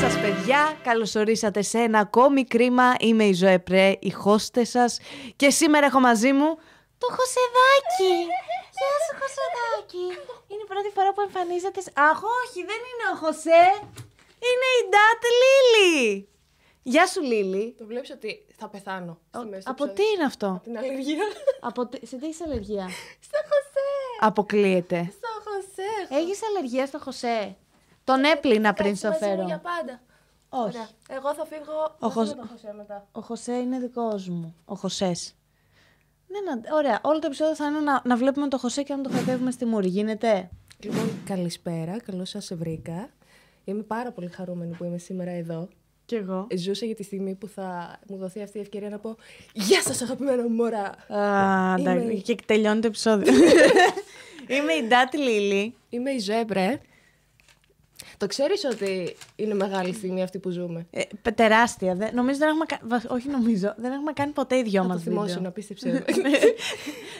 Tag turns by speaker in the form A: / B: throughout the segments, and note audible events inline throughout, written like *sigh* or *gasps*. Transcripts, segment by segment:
A: Παιδιά, καλωσορίσατε σε ένα ακόμη κρίμα. Είμαι η Ζωέ Πρέ, η χώστε σας. Και σήμερα έχω μαζί μου το Χωσεδάκι. Γεια σου, Χωσεδάκι. Είναι η πρώτη φορά που εμφανίζεται. σ- Αχ, όχι, δεν είναι ο Χωσέ. Είναι η Ντάτ Λίλη. Γεια σου, Λίλη.
B: Το βλέπεις ότι θα πεθάνω. στο
A: Ο-
B: μέση του
A: από τι
B: επεισόδιου.
A: είναι αυτό.
B: Από την
A: *laughs*
B: αλλεργία.
A: από τι- σε τι έχει αλλεργία.
B: στο Χωσέ!
A: Αποκλείεται.
B: Στο Χωσέ!
A: Έχεις αλλεργία στο Χωσέ. Τον έπλυνα πριν
B: Κάτσε
A: στο
B: μαζί μου
A: φέρω.
B: Για πάντα.
A: Όχι.
B: Ωραία. Εγώ θα φύγω. Ο
A: Χωσ-
B: Χωσέ. Χωσέ μετά.
A: Ο Χωσέ είναι δικός μου. Ο Χωσές. Ναι, να... Ωραία. Όλο το επεισόδιο θα είναι να, να βλέπουμε το Χωσέ και να τον χαϊδεύουμε στη μούρη. Γίνεται.
B: Λοιπόν, καλησπέρα. Καλώς σας βρήκα. Είμαι πάρα πολύ χαρούμενη που είμαι σήμερα εδώ.
A: Κι εγώ.
B: Ζούσα για τη στιγμή που θα μου δοθεί αυτή η ευκαιρία να πω Γεια σας, αγαπημένο μωρά!
A: Α, εντάξει.
B: Είμαι-
A: Και τελειώνει το επεισόδιο. Είμαι η Ντάτη Λίλη.
B: Είμαι η Ζέμπρε. Το ξέρεις ότι είναι μεγάλη στιγμή αυτή που ζούμε.
A: Ε, πε- τεράστια. Δε... Νομίζω δεν έχουμε. κα- βα- Όχι, νομίζω. Δεν έχουμε κάνει ποτέ οι δυο
B: Θα
A: μα
B: το θυμώσουν,
A: βίντεο.
B: απίστεψε.
A: *laughs*
B: *laughs* με.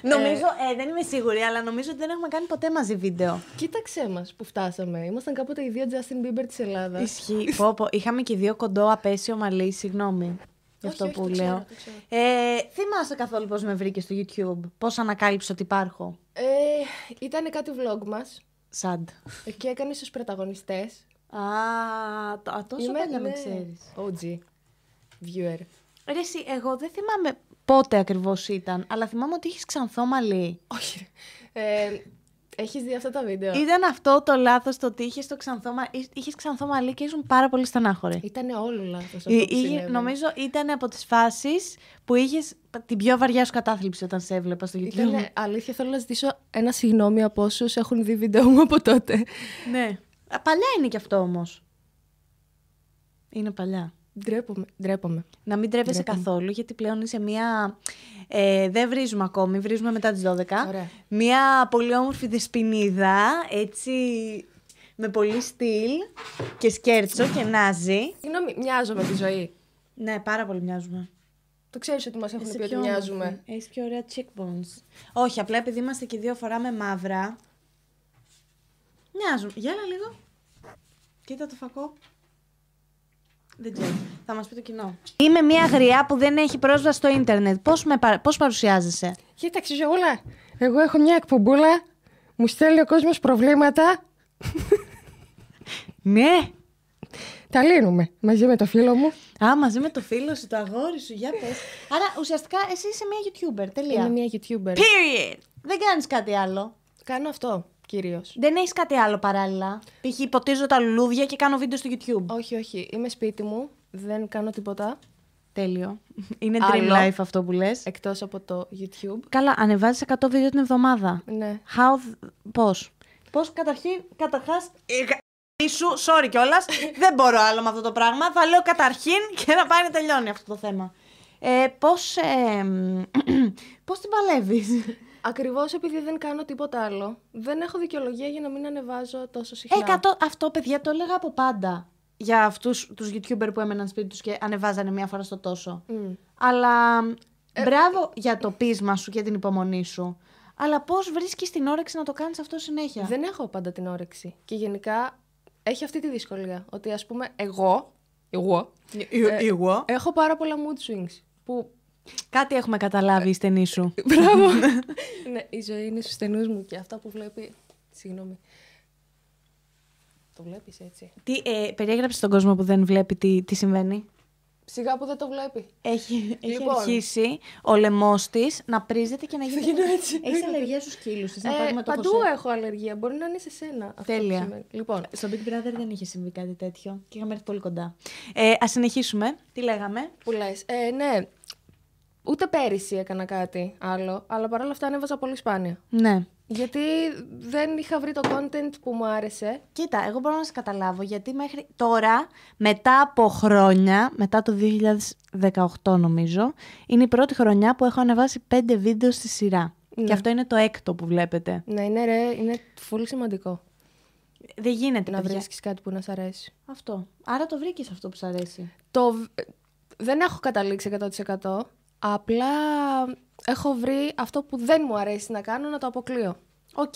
A: νομίζω. Ε, δεν είμαι σίγουρη, αλλά νομίζω ότι δεν έχουμε κάνει ποτέ μαζί βίντεο.
B: Κοίταξέ μας που φτάσαμε. Ήμασταν κάποτε οι δύο Justin Bieber της Ελλάδας.
A: Ισχύει. πω, πω. Είχαμε και δύο κοντό απέσιο μαλλί, συγγνώμη. Γι'
B: Όχι,
A: αυτό
B: όχι,
A: που
B: το
A: λέω.
B: ξέρω, το ξέρω.
A: Ε, θυμάσαι καθόλου πώς με βρήκες στο YouTube, πώς ανακάλυψες ότι υπάρχω.
B: Ε, ήταν κάτι vlog μας
A: Σαντ.
B: και έκανε στου πρωταγωνιστές.
A: Α, το, α, τόσο παλιά με ξέρει.
B: OG. ναι. Viewer.
A: Ρε, εσύ, εγώ δεν θυμάμαι πότε ακριβώς ήταν, αλλά θυμάμαι ότι είχες ξανθό μαλλί.
B: Όχι. ρε. Ε, Έχεις δει αυτά τα βίντεο.
A: Ήταν αυτό το λάθος το ότι είχες το ξανθό, μα... είχες ξανθό μαλλί και ήσουν πάρα πολύ στενάχωρη.
B: Ήταν όλο λάθος αυτό.
A: Εί-
B: που
A: είχε-
B: συνέβαινε.
A: νομίζω ήταν από τις φάσεις που είχες την πιο βαριά σου κατάθλιψη όταν σε έβλεπα στο YouTube.
B: Ήτανε, αλήθεια, θέλω να ζητήσω ένα συγγνώμη από όσους έχουν δει βίντεο μου από τότε.
A: Ναι. Α, Παλιά είναι και αυτό όμως. Είναι παλιά.
B: Ντρέπομαι. Ντρέπομαι.
A: Να μην τρέπεσαι καθόλου, γιατί πλέον είσαι μία. Ε, δεν βρίζουμε ακόμη, βρίζουμε μετά τις 12.
B: Ωραία.
A: Μία πολύ όμορφη δεσπινίδα, έτσι. Με πολύ στυλ και σκέρτσο και νάζι.
B: Συγγνώμη, μοιάζω με τη ζωή.
A: Ναι, πάρα πολύ μοιάζουμε.
B: Το ξέρεις ότι μας έχουν πει ότι
A: πιο όμορφη.
B: μοιάζουμε.
A: Έχεις πιο ωραία cheekbones. Όχι, απλά επειδή είμαστε και δύο φορά με μαύρα. Μοιάζουμε. Γέλα λίγο. Κοίτα το φακό. Δεν ξέρω. Θα μας πει το κοινό. Είμαι μια γριά που δεν έχει πρόσβαση στο ίντερνετ. Πώς, με, πα- πώς παρουσιάζεσαι.
B: Κοίταξε, Ζωούλα. Εγώ έχω μια εκπομπούλα. Μου στέλνει ο κόσμος προβλήματα.
A: Ναι.
B: Τα λύνουμε μαζί με το φίλο μου.
A: Α, μαζί με το φίλο σου, το αγόρι σου, για πες. Άρα ουσιαστικά εσύ είσαι μια YouTuber, τελεία.
B: Είμαι μια YouTuber.
A: Period. Δεν κάνεις κάτι άλλο.
B: Κάνω αυτό κυρίως.
A: Δεν έχεις κάτι άλλο παράλληλα. Π.χ. υποτίζω τα λουλούδια και κάνω βίντεο στο YouTube.
B: Όχι, όχι. Είμαι σπίτι μου. Δεν κάνω τίποτα.
A: Τέλειο. Είναι dream
B: Άλλο.
A: life αυτό που λες.
B: Εκτός από το YouTube.
A: Καλά, ανεβάζεις 100 βίντεο την εβδομάδα.
B: Ναι.
A: How, th- πώς. Πώς καταρχήν, καταρχάς, ε, γα- σου, sorry *laughs* κιόλας. δεν μπορώ άλλο με αυτό το πράγμα. Θα λέω καταρχήν και να πάει να τελειώνει αυτό το θέμα. Ε, πώς, ε, *clears throat* μ, πώς την παλεύεις.
B: Ακριβώς επειδή δεν κάνω τίποτα άλλο, δεν έχω δικαιολογία για να μην ανεβάζω τόσο συχνά.
A: Ε, 100, αυτό παιδιά το έλεγα από πάντα. Για αυτούς τους YouTuber που έμεναν σπίτι τους και ανεβάζανε μία φορά στο τόσο.
B: Μμ.
A: Αλλά Ε, μπράβο για το πείσμα σου και την υπομονή σου. Αλλά πώς βρίσκεις την όρεξη να το κάνεις αυτό συνέχεια.
B: Δεν έχω πάντα την όρεξη. Και γενικά έχει αυτή τη δυσκολία. Ότι ας πούμε, εγώ. Εγώ. ε,
A: Εγώ.
B: Έχω πάρα πολλά mood swings. Που.
A: Κάτι έχουμε καταλάβει στενή σου.
B: Μπράβο. ναι, η ζωή είναι στους στενούς μου και αυτά που βλέπει. Συγγνώμη. Το βλέπεις έτσι.
A: Τι, ε, περιέγραψε τον κόσμο που δεν βλέπει τι, τι συμβαίνει.
B: Σιγά που δεν το βλέπει.
A: Έχει, έχει
B: Λοιπόν.
A: αρχίσει ο λαιμός της να πρίζεται και να γίνεται.
B: έτσι.
A: Έχεις αλλεργία στους κύλου της. Να
B: Ε,
A: πάρουμε το
B: παντού
A: Χωσέ.
B: έχω αλλεργία. Μπορεί να είναι σε σένα. Αυτό που
A: Τέλεια.
B: σημαίνει. Λοιπόν,
A: Στο Big Brother δεν είχε συμβεί κάτι τέτοιο και είχαμε έρθει πολύ κοντά. Ε, Ας συνεχίσουμε. Τι λέγαμε.
B: που λες. Ε, ναι, ούτε πέρυσι έκανα κάτι άλλο, αλλά παρόλα αυτά ανέβαζα πολύ σπάνια.
A: Ναι.
B: Γιατί δεν είχα βρει το content που μου άρεσε.
A: Κοίτα, εγώ μπορώ να σε καταλάβω γιατί μέχρι τώρα, μετά από χρόνια, μετά το 2018 νομίζω, είναι η πρώτη χρονιά που έχω ανεβάσει πέντε βίντεο στη σειρά.
B: Ναι.
A: Και αυτό είναι το έκτο που βλέπετε.
B: Ναι, είναι ρε, είναι πολύ σημαντικό
A: Δεν γίνεται
B: να
A: παιδιά.
B: βρίσκεις κάτι που να σ' αρέσει.
A: Αυτό. Άρα το βρήκες αυτό που σου αρέσει.
B: Το... β- Δεν έχω καταλήξει 100%. Απλά έχω βρει αυτό που δεν μου αρέσει να κάνω να το αποκλείω.
A: Οκ.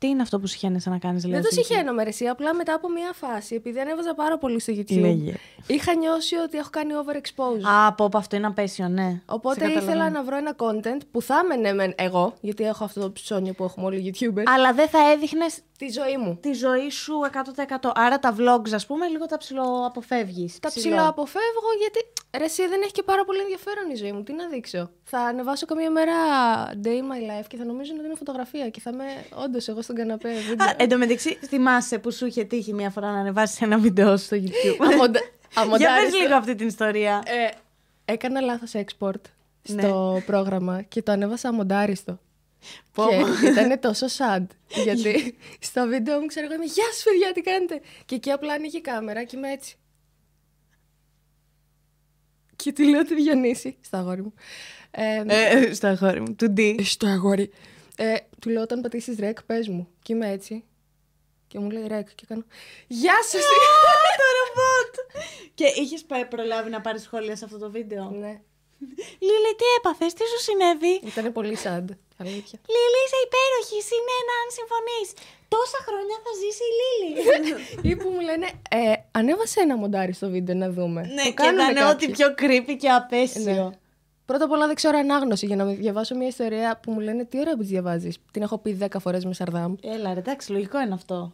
A: Τι είναι αυτό που συχαίνεσαι να δηλαδή, κάνεις,
B: Δεν
A: Λέω.
B: το συχαίνομαι, ρε, εσύ. Απλά μετά από μία φάση, επειδή ανέβαζα πάρα πολύ στο YouTube,
A: Λέγε.
B: είχα νιώσει ότι έχω κάνει overexpose.
A: Ναι, Α, από αυτό είναι απέσιο, ναι.
B: Οπότε
A: Σε καταλαβαίνω.
B: ήθελα να βρω ένα content που θα έμενε μεν εγώ, γιατί έχω αυτό το ψώνιο που έχουμε όλοι οι YouTubers,
A: Αλλά δεν θα έδειχνες
B: τη ζωή μου.
A: τη ζωή σου 100%. Άρα τα vlogs, ας πούμε, λίγο τα ψιλοαποφεύγεις.
B: Τα ψηλά αποφεύγω γιατί ρε, εσύ δεν έχει και πάρα πολύ ενδιαφέρον η ζωή μου. Τι να δείξω. Θα ανεβάσω καμία μέρα day my life και θα νομίζω ότι είναι φωτογραφία και θα είμαι όντως εγώ στον καναπέ. δεν
A: Α,
B: ξέρω.
A: Εν τω μεταξύ, θυμάσαι που σου είχε τύχει μια φορά να ανεβάσεις ένα βίντεο στο YouTube.
B: *laughs* Αμοντα-
A: ε, *laughs* Για
B: αμοντάριστο.
A: πες λίγο αυτή την ιστορία.
B: Ε, έκανα λάθος export
A: Ναι.
B: στο πρόγραμμα και το ανέβασα αμοντάριστο.
A: Πω, *laughs*
B: Και ήταν τόσο sad. Γιατί στο βίντεο μου ξέρω εγώ είμαι Γεια σου, παιδιά, τι κάνετε. Και εκεί απλά άνοιγε η κάμερα και είμαι έτσι. Και του λέω τη Διονύση, στο αγόρι μου. Ε,
A: Ε, στο αγόρι μου, του D.
B: στο αγόρι. Ε, του λέω όταν πατήσεις ρεκ, πες μου. Και είμαι έτσι. Και μου λέει ρεκ. Και κάνω. Γεια σου,
A: *laughs*
B: εσύ».
A: το ρομπότ! Και είχες προλάβει να πάρεις σχόλια σε αυτό το βίντεο.
B: Ναι,
A: Λίλη, τι έπαθες, τι σου συνέβη.
B: ήταν πολύ sad. Αλήθεια.
A: *laughs* Λίλη, είσαι υπέροχη. Είναι ένα αν συμφωνείς. Τόσα χρόνια θα ζήσει η Λίλη.
B: Ή που μου λένε, ε, ανέβασε ένα μοντάρι στο βίντεο να δούμε.
A: ναι,
B: Το
A: και
B: κάνουν
A: ήταν
B: κάποιοι.
A: ό,τι πιο creepy και απέσιο.
B: Ναι. Πρώτα απ' όλα δεν ξέρω ανάγνωση για να με- διαβάσω μια ιστορία που μου λένε τι ώρα που τη διαβάζεις. Την έχω πει 10 φορές με σαρδάμ.
A: Έλα, ρε, εντάξει, λογικό είναι αυτό.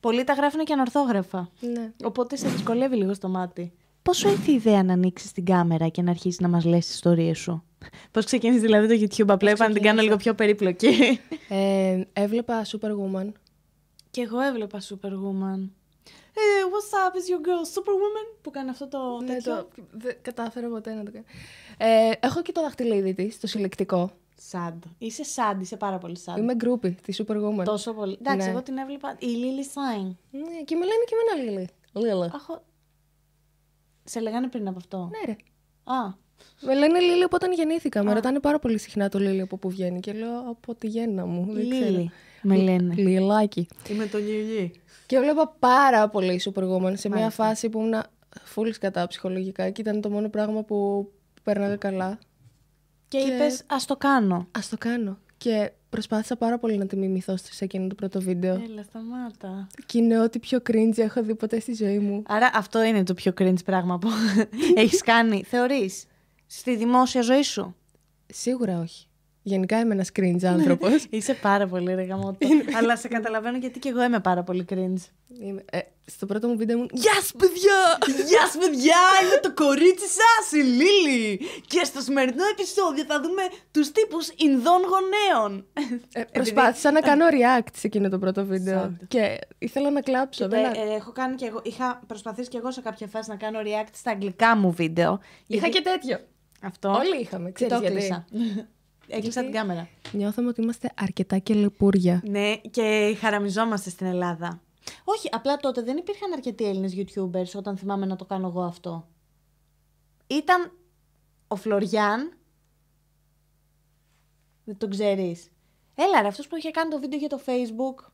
A: Πολλοί τα γράφουν και ανορθόγραφα.
B: Ναι.
A: Οπότε σε δυσκολεύει λίγο στο μάτι. Πώ σου ήρθε η ιδέα να ανοίξεις την κάμερα και να αρχίσεις να μας λες τις ιστορίες σου. Πώς ξεκίνησες δηλαδή το YouTube, απλά είπα να την κάνω λίγο πιο περίπλοκη.
B: Ε, έβλεπα Superwoman.
A: Και εγώ έβλεπα Superwoman. Hey, what's up, is your girl Superwoman? Που κάνει αυτό το.
B: Ναι,
A: τέτοιο.
B: το, δεν κατάφερα ποτέ να το κάνω. Ε, έχω και το δαχτυλίδι της, το συλλεκτικό.
A: Sad. Είσαι sad, είσαι πάρα πολύ sad.
B: Είμαι γκρούπι της Superwoman.
A: Τόσο πολύ. Εντάξει,
B: Ναι.
A: εγώ την έβλεπα. Η Lily Sign.
B: Ναι, και με λένε και εμένα Λίλη. Λίλα.
A: Αχω... Σε λέγανε πριν από αυτό.
B: Ναι, ρε.
A: Α.
B: Με λένε Λίλη από όταν γεννήθηκα. Με ρωτάνε πάρα πολύ συχνά το Λίλη από πού βγαίνει. Και λέω από τη γέννα μου. Δεν ξέρω.
A: Lily. Με λένε.
B: Λιλάκι.
A: Είμαι το νιουγί.
B: Και έβλεπα πάρα πολύ Superwoman σε μια φάση που ήμουν full κατά ψυχολογικά και ήταν το μόνο πράγμα που πέρναγα καλά.
A: Και, είπες, ας το κάνω.
B: Ας το κάνω. Και προσπάθησα πάρα πολύ να τη μιμηθώ σε εκείνο το πρώτο βίντεο.
A: Έλα, σταμάτα.
B: Και είναι ό,τι πιο cringe έχω δει ποτέ στη ζωή μου.
A: Άρα αυτό είναι το πιο cringe πράγμα που *laughs* έχεις κάνει. Θεωρείς, στη δημόσια ζωή σου.
B: Σίγουρα όχι. Γενικά είμαι ένας cringe
A: *laughs*
B: άνθρωπος.
A: Είσαι πάρα πολύ ρε *laughs* γαμότο. Αλλά σε καταλαβαίνω γιατί και εγώ είμαι πάρα πολύ cringe.
B: Είμαι- ε, στο πρώτο μου βίντεο ήμουν
A: Γεια σας παιδιά! Γεια σας παιδιά! Είμαι το κορίτσι σας, η Λίλη! Και στο σημερινό επεισόδιο θα δούμε τους τύπους Ινδών *laughs* γονέων.
B: Ε, προσπάθησα να κάνω react σε εκείνο το πρώτο βίντεο.
A: Σαν.
B: Και ήθελα να κλάψω.
A: Κοίτα,
B: δεν α-
A: ε, έχω κάνει και εγώ, είχα προσπαθήσει και εγώ σε κάποια φάση να κάνω react στα αγγλικά μου βίντεο. γιατί-
B: Είχα και τέτοιο.
A: Αυτό.
B: Όλοι είχαμε.
A: Και
B: Ξέρεις
A: ε, το
B: γιατί.
A: *laughs* έκλεισα. Έκλεισα την κάμερα.
B: Νιώθαμε ότι είμαστε αρκετά κελεπούρια.
A: Ναι, και χαραμιζόμαστε στην Ελλάδα. Όχι, απλά τότε δεν υπήρχαν αρκετοί Έλληνες YouTubers όταν θυμάμαι να το κάνω εγώ αυτό. Ήταν ο Φλωριάν. Δεν τον ξέρεις. Έλα ρε, αυτός που είχε κάνει το βίντεο για το Facebook.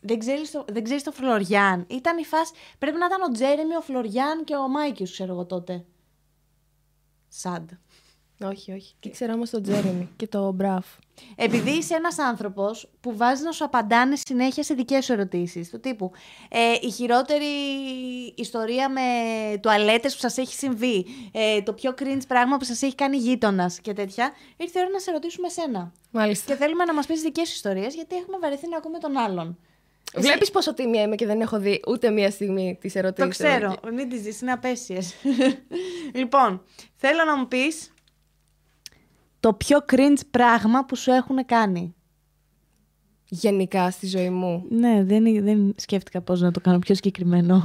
A: Δεν ξέρεις, το, δεν ξέρεις το Φλωριάν. Ήταν η φάση... Πρέπει να ήταν ο Τζέρεμι, ο Φλωριάν και ο Μάικιος, ξέρω εγώ τότε. Σαντ.
B: Όχι, όχι. Και ξέρω όμως τον Τζέρεμι και τον Μπραφ.
A: Επειδή είσαι ένας άνθρωπος που βάζεις να σου απαντάνε συνέχεια σε δικές σου ερωτήσεις. Του τύπου ε, Η χειρότερη ιστορία με τουαλέτες που σας έχει συμβεί. Ε, το πιο cringe πράγμα που σας έχει κάνει γείτονας και τέτοια. Ήρθε η ώρα να σε ρωτήσουμε σένα. Και
B: Μάλιστα.
A: θέλουμε να μας πεις δικές σου ιστορίες, γιατί έχουμε βαρεθεί να ακούμε τον άλλον.
B: Βλέπεις πόσο τίμια είμαι και δεν έχω δει ούτε μία στιγμή τις ερωτήσεις.
A: Το ξέρω. Μην τις δει, είναι απέσιες. *laughs* λοιπόν, θέλω να μου πεις το πιο cringe πράγμα που σου έχουν κάνει.
B: Γενικά στη ζωή μου.
A: Ναι, δεν, δεν σκέφτηκα πώς να το κάνω πιο συγκεκριμένο.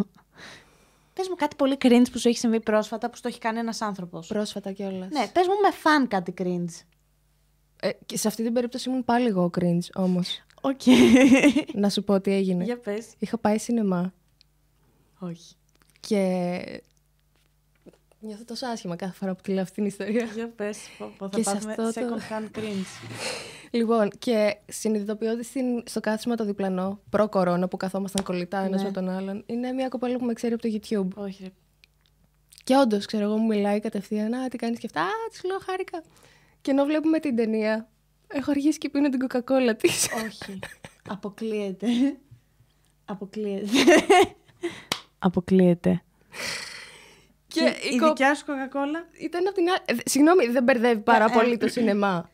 A: Πες μου κάτι πολύ cringe που σου έχει συμβεί πρόσφατα που στο έχει κάνει ένας άνθρωπος.
B: Πρόσφατα κιόλας.
A: Ναι, πες μου με φαν κάτι cringe.
B: Ε, και σε αυτή την περίπτωση ήμουν πάλι εγώ cringe όμως.
A: *laughs* Οκ.
B: να σου πω τι έγινε.
A: Για πες.
B: Είχα πάει σινεμά
A: Όχι.
B: και. Νιώθω τόσο άσχημα κάθε φορά που τη λέω αυτή την ιστορία.
A: Για πες. Θα
B: Και σε αυτό το-
A: hand cringe.
B: λοιπόν, και συνειδητοποιώ ότι στην- στο κάθισμα το διπλανό, προ-κορώνα που καθόμασταν κολλητά
A: Ναι.
B: ένα με τον άλλον, είναι μια κοπέλα που με ξέρει από το YouTube.
A: Όχι, ρε.
B: Και όντως, ξέρω εγώ, μου μιλάει κατευθείαν. Α, τι κάνεις και αυτά. Α, τη λέω χάρηκα. Και ενώ βλέπουμε την ταινία, Έχω αργήσει και πίνω την κοκακόλα της. *laughs*
A: Όχι. Αποκλείεται. Αποκλείεται. Αποκλείεται. Και, η,
B: κο-
A: δικιά σου κοκακόλα.
B: ήταν από την άλλη. ε, Συγγνώμη, δεν μπερδεύει πάρα
A: Ε,
B: πολύ
A: ε.
B: το σινεμά.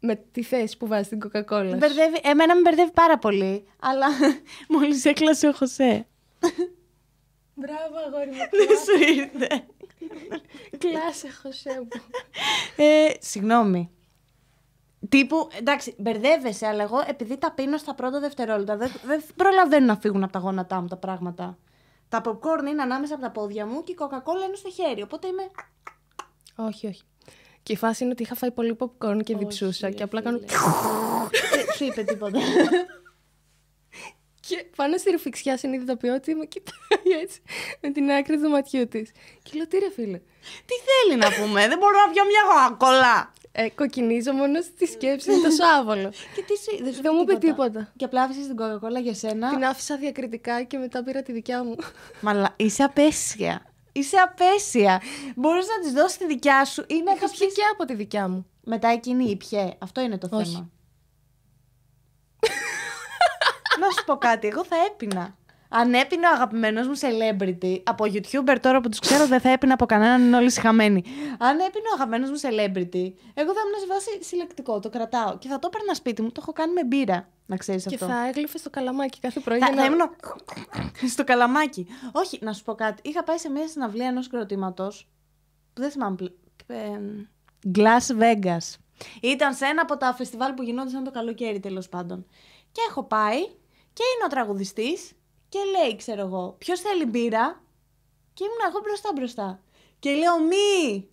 B: Με τη θέση που βάζει την κοκακόλα.
A: Μπερδεύει, εμένα με μπερδεύει πάρα πολύ. Αλλά *laughs* μόλις έκλασε ο Χωσέ.
B: Μπράβο, αγόρι μου.
A: Δεν σου ήρθε.
B: *laughs* Κλάσε, Χωσέ
A: *laughs*
B: μου.
A: Ε, συγγνώμη. Τύπου, εντάξει, μπερδεύεσαι, αλλά εγώ επειδή τα πίνω στα πρώτα δευτερόλεπτα, δεν, δεν προλαβαίνω να φύγουν από τα γόνατά μου τα πράγματα. Τα popcorn είναι ανάμεσα από τα πόδια μου και η Coca-Cola είναι στο χέρι. Οπότε είμαι.
B: όχι, όχι. Και η φάση είναι ότι είχα φάει πολύ popcorn και διψούσα
A: ρε
B: και απλά κάνω.
A: φίλε. Δεν σου είπε *laughs* τίποτα.
B: Και πάνω στη ρουφιξιά συνειδητοποιώ ότι με κοιτάει έτσι με την άκρη του ματιού της. Και λέω τι ρε φίλε.
A: Τι θέλει να πούμε, δεν μπορώ να πιω μια Coca-Cola.
B: Ε, κοκκινίζω μόνο στη σκέψη με το σάβολο.
A: Και τι σου, δεν σου
B: Δεν μου είπε τίποτα.
A: Και απλά άφησες την Coca-Cola για σένα.
B: την άφησα διακριτικά και μετά πήρα τη δικιά μου.
A: Μαλά, είσαι απέσια. Είσαι απέσια. Μπορείς να της δώσεις τη δικιά σου ή να
B: Είχα
A: της
B: πιει και από τη δικιά μου.
A: Μετά εκείνη ή πιέ. Αυτό είναι το
B: Όχι.
A: θέμα. να σου πω κάτι. Εγώ θα έπινα. Αν έπινε ο αγαπημένος μου celebrity από YouTuber τώρα που τους ξέρω, δεν θα έπινα από κανέναν, είναι όλοι συχαμένοι. Αν έπινε ο αγαπημένος μου celebrity, εγώ θα ήμουν σε βάση συλλεκτικό, το κρατάω. Και θα το έπαιρνα σπίτι μου, το έχω κάνει με μπύρα. Να ξέρεις αυτό.
B: Και θα έγλυφε το καλαμάκι κάθε πρωί.
A: Θα,
B: για να-
A: θα ήμουν στο καλαμάκι. Όχι, να σου πω κάτι. Είχα πάει σε μια συναυλία ενός συγκροτήματο. Που δεν θυμάμαι πλέον. Glass Vegas. Ήταν σε ένα από τα φεστιβάλ που γινόντουσαν το καλοκαίρι τέλος πάντων. Και έχω πάει και είναι ο τραγουδιστής και λέει, ξέρω εγώ, ποιος θέλει μπύρα. Και ήμουν εγώ μπροστά μπροστά. Και λέω μη!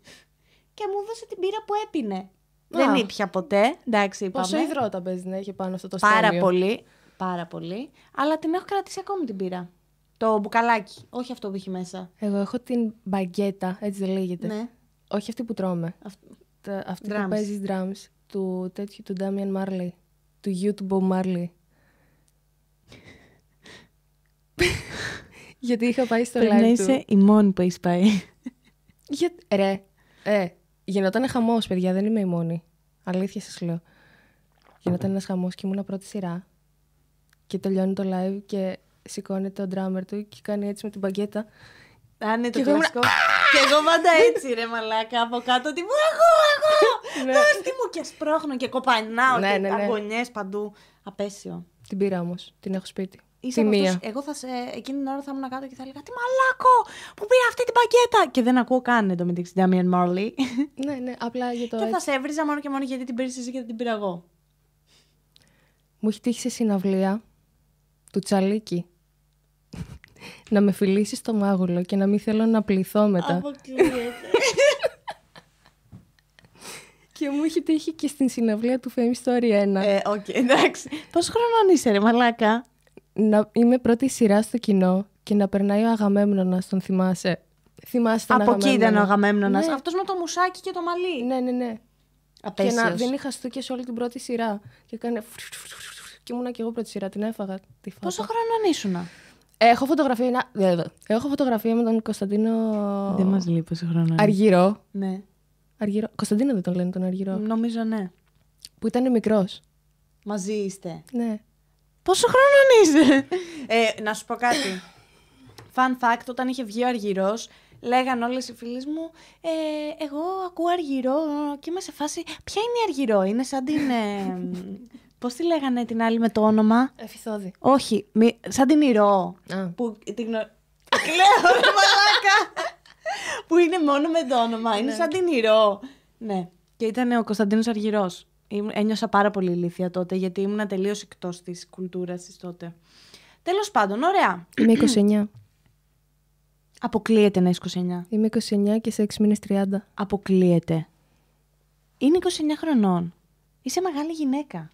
A: Και μου έδωσε την μπύρα που έπινε. Δεν ήπια ποτέ. Εντάξει, είπαμε.
B: Πόσο υδρότα παίζει να έχει πάνω αυτό το στέλιο.
A: Πάρα πολύ. Πάρα πολύ. Αλλά την έχω κρατήσει ακόμη την πύρα. Το μπουκαλάκι. Όχι αυτό που έχει μέσα.
B: Εγώ έχω την μπαγκέτα, έτσι δεν λέγεται.
A: Ναι.
B: Όχι αυτή που τρώμε.
A: Αυτό.
B: Τα- Αυτή
A: Drums.
B: που παίζει drums του τέτοιου του Damian Marley. Του γιου του
A: *laughs*
B: Bob Marley. Γιατί είχα πάει στο live του.
A: η μόνη που έχεις πάει.
B: Για... Ρε, ε, γινόταν χαμός, παιδιά, δεν είμαι η μόνη. Αλήθεια σας λέω. Γινόταν ένας χαμός και ήμουνα πρώτη σειρά. Και τελειώνει το live και σηκώνεται ο drummer του και κάνει έτσι με την μπαγκέτα.
A: Α, ναι, το
B: Και εγώ ήμουν-
A: κλασικό. Και εγώ πάντα έτσι ρε μαλάκα από κάτω. Τι μου, εγώ, εγώ!
B: Ναι.
A: Δώσ' τι μου και σπρώχνω και κοπανάω
B: Ναι,
A: και
B: ναι, ναι.
A: αγωνιές παντού. Απέσιο.
B: Την πήρα όμως. Την έχω σπίτι.
A: Είσαι
B: τη
A: από
B: μία.
A: αυτούς- εγώ θα σε, εκείνη την ώρα θα ήμουν κάτω και θα έλεγα Τι μαλάκο που πήρα αυτή την πακέτα! Και δεν ακούω καν εντωμεταξύ Damian Marley.
B: Ναι, ναι, απλά για το.
A: και
B: έτσι.
A: θα σε έβριζα μόνο και μόνο γιατί την πήρες εσύ και δεν την πήρα εγώ.
B: Μου έχει τύχει σε συναυλία του Τσαλίκη να με φιλήσει στο μάγουλο και να μην θέλω να πληθώ μετά.
A: Αποκλείεται.
B: Και μου έχει τύχει και στην συναυλία του Fame Story 1.
A: Ε, οκ, εντάξει. Πόσο χρόνο είσαι, ρε Μαλάκα.
B: να είμαι πρώτη σειρά στο κοινό και να περνάει ο Αγαμέμνονα, τον θυμάσαι. Θυμάσαι τον
A: Από εκεί ήταν ο Αγαμέμνονα.
B: Ναι.
A: Αυτός με το μουσάκι και το μαλλί.
B: Ναι, ναι, ναι.
A: Απέσιος.
B: Και να δίνει χαστούκια σε όλη την πρώτη σειρά. Και έκανε. Και ήμουνα και εγώ πρώτη σειρά, την έφαγα. Τη φάγα.
A: Πόσο χρόνο ήσουν.
B: Έχω φωτογραφία. να- δεν- δεν- Έχω φωτογραφία με τον Κωνσταντίνο.
A: λέει πόσο χρόνο.
B: Αργυρό.
A: Ναι.
B: Αργυρό. Κωνσταντίνο δεν τον λένε τον Αργυρό.
A: Νομίζω ναι.
B: Που ήταν μικρός.
A: Μαζί είστε.
B: Ναι.
A: Πόσο χρόνο είσαι. ε, να σου πω κάτι. Fun fact, όταν είχε βγει ο Αργυρός, λέγαν όλες οι φίλες μου, ε, Εγώ ακούω Αργυρό και είμαι σε φάση. Ποια είναι η Αργυρό, είναι σαν την. Πώς τη λέγανε την άλλη με το όνομα.
B: Ε, Εφηθόδη.
A: Όχι, μη- σαν την Ηρώ.
B: Α.
A: Που την γνω... *laughs* Λέω, ρε μαλάκα! που είναι μόνο με το όνομα, είναι σαν την Ηρώ. Ναι, και ήταν ο Κωνσταντίνος Αργυρός. Ήμ- Ένιωσα πάρα πολύ ηλίθεια τότε, γιατί ήμουν τελείως εκτός της κουλτούρας της τότε. Τέλος πάντων, ωραία.
B: Είμαι 29.
A: Αποκλείεται να είσαι 29.
B: Είμαι 29 και σε 6 μήνε 30.
A: Αποκλείεται. Είναι 29 χρονών. Είσαι μεγάλη γυναίκα.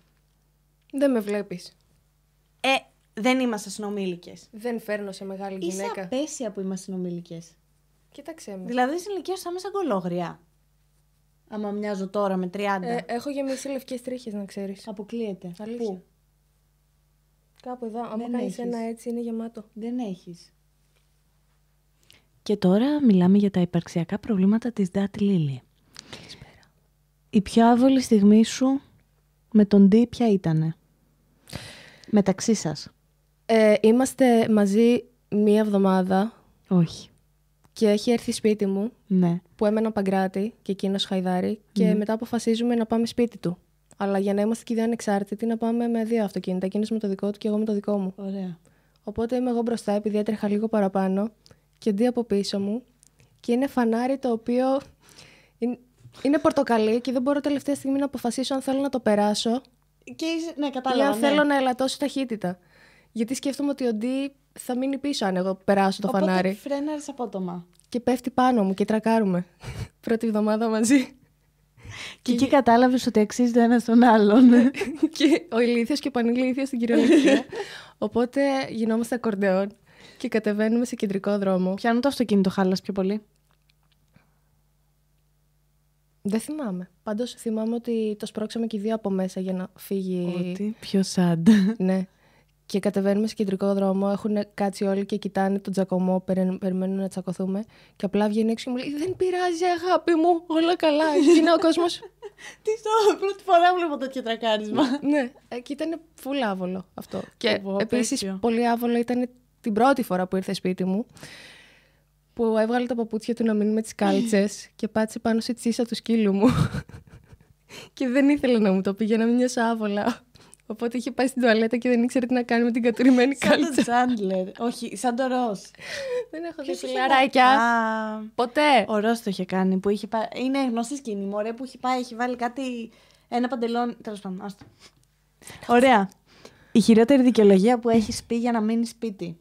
B: Δεν με βλέπεις.
A: Ε, δεν είμαστε συνομήλικες.
B: Δεν φέρνω σε μεγάλη
A: Είσαι απέσια που είμαστε συνομήλικες.
B: Κοίταξε με.
A: Δηλαδή στην ηλικία σου θα είμαι σαν κολόγρια. Άμα μοιάζω τώρα με 30.
B: Ε, έχω γεμίσει λευκές τρίχες, να ξέρεις.
A: Αποκλείεται.
B: Αλήθεια.
A: Πού?
B: Κάπου εδώ, άμα
A: Δεν
B: κάνεις
A: έχεις.
B: ένα έτσι, είναι γεμάτο.
A: Δεν έχεις. Και τώρα μιλάμε για τα υπαρξιακά προβλήματα της Ντάτ Λίλη. Η πιο άβολη στιγμή σου με τον D ποια ήτανε. Μεταξύ σας.
B: Ε, είμαστε μαζί μία εβδομάδα
A: Όχι.
B: και έχει έρθει σπίτι μου
A: Ναι.
B: που έμενα Παγκράτη και εκείνος Χαϊδάρη και μετά αποφασίζουμε να πάμε σπίτι του. Αλλά για να είμαστε και οι δύο ανεξάρτητοι, να πάμε με δύο αυτοκίνητα. Εκείνος με το δικό του και εγώ με το δικό μου.
A: Ωραία.
B: Οπότε είμαι εγώ μπροστά, επειδή έτρεχα λίγο παραπάνω και ντύ από πίσω μου. Και είναι φανάρι το οποίο είναι, είναι πορτοκαλί και δεν μπορώ τελευταία στιγμή να αποφασίσω αν θέλω να το περάσω
A: Και είσαι... Ναι,
B: ή
A: κατάλαβα.
B: αν θέλω να ελαττώσω ταχύτητα. Γιατί σκέφτομαι ότι ο Ντί θα μείνει πίσω αν εγώ περάσω το φανάρι.
A: φρέναρες απότομα.
B: Και πέφτει πάνω μου και τρακάρουμε. *laughs* Πρώτη εβδομάδα μαζί.
A: Και εκεί κατάλαβες ότι αξίζει το ένα στον άλλον.
B: και ο ηλίθιος και ο πανηλήθιος στην κυριολεξία. Οπότε γινόμαστε ακορντεόν και κατεβαίνουμε σε κεντρικό δρόμο.
A: Πιάνω το αυτοκίνητο χάλας πιο πολύ.
B: Δεν θυμάμαι. Πάντως θυμάμαι ότι το σπρώξαμε και οι δύο από μέσα για να φύγει.
A: πιο σάντα.
B: Ναι. Και κατεβαίνουμε σε κεντρικό δρόμο. Έχουν κάτσει όλοι και κοιτάνε τον τσακωμό. περι- Περιμένουν να τσακωθούμε. Και απλά βγαίνει έξω και μου λέει: Δεν πειράζει, αγάπη μου. Όλα καλά. Είναι ο κόσμος.
A: *laughs* Τι στο, πρώτη φορά βλέπω τέτοιο τρακάρισμα.
B: ναι. Ε, Και ήταν full άβολο αυτό. Και
A: Ωπω,
B: επίσης
A: τέτοιο.
B: πολύ άβολο ήταν την πρώτη φορά που ήρθε σπίτι μου. Που έβγαλε τα παπούτσια του να μείνει με τις κάλτσες *laughs* και πάτησε πάνω στη τσίσα του σκύλου μου. *laughs* και δεν ήθελε να μου το πει για να μην νιώσω άβολα. Οπότε είχε πάει στην τουαλέτα και δεν ήξερε τι να κάνει με την *laughs* κατουρημένη
A: σαν
B: κάλτσα.
A: τον Τσάντλερ. Όχι, σαν τον Ρος.
B: Δεν έχω δει
A: Ποιος είχε
B: φιλαράκια.
A: Α,
B: Ποτέ.
A: Ο Ρος το είχε κάνει. Που είχε πά... Είναι γνωστή σκηνή. Μωρέ που είχε πάει, έχει βάλει κάτι. Ένα παντελόνι. Τέλος πάντων, άστο. Ωραία. Η χειρότερη δικαιολογία που έχεις πει για να μείνεις σπίτι.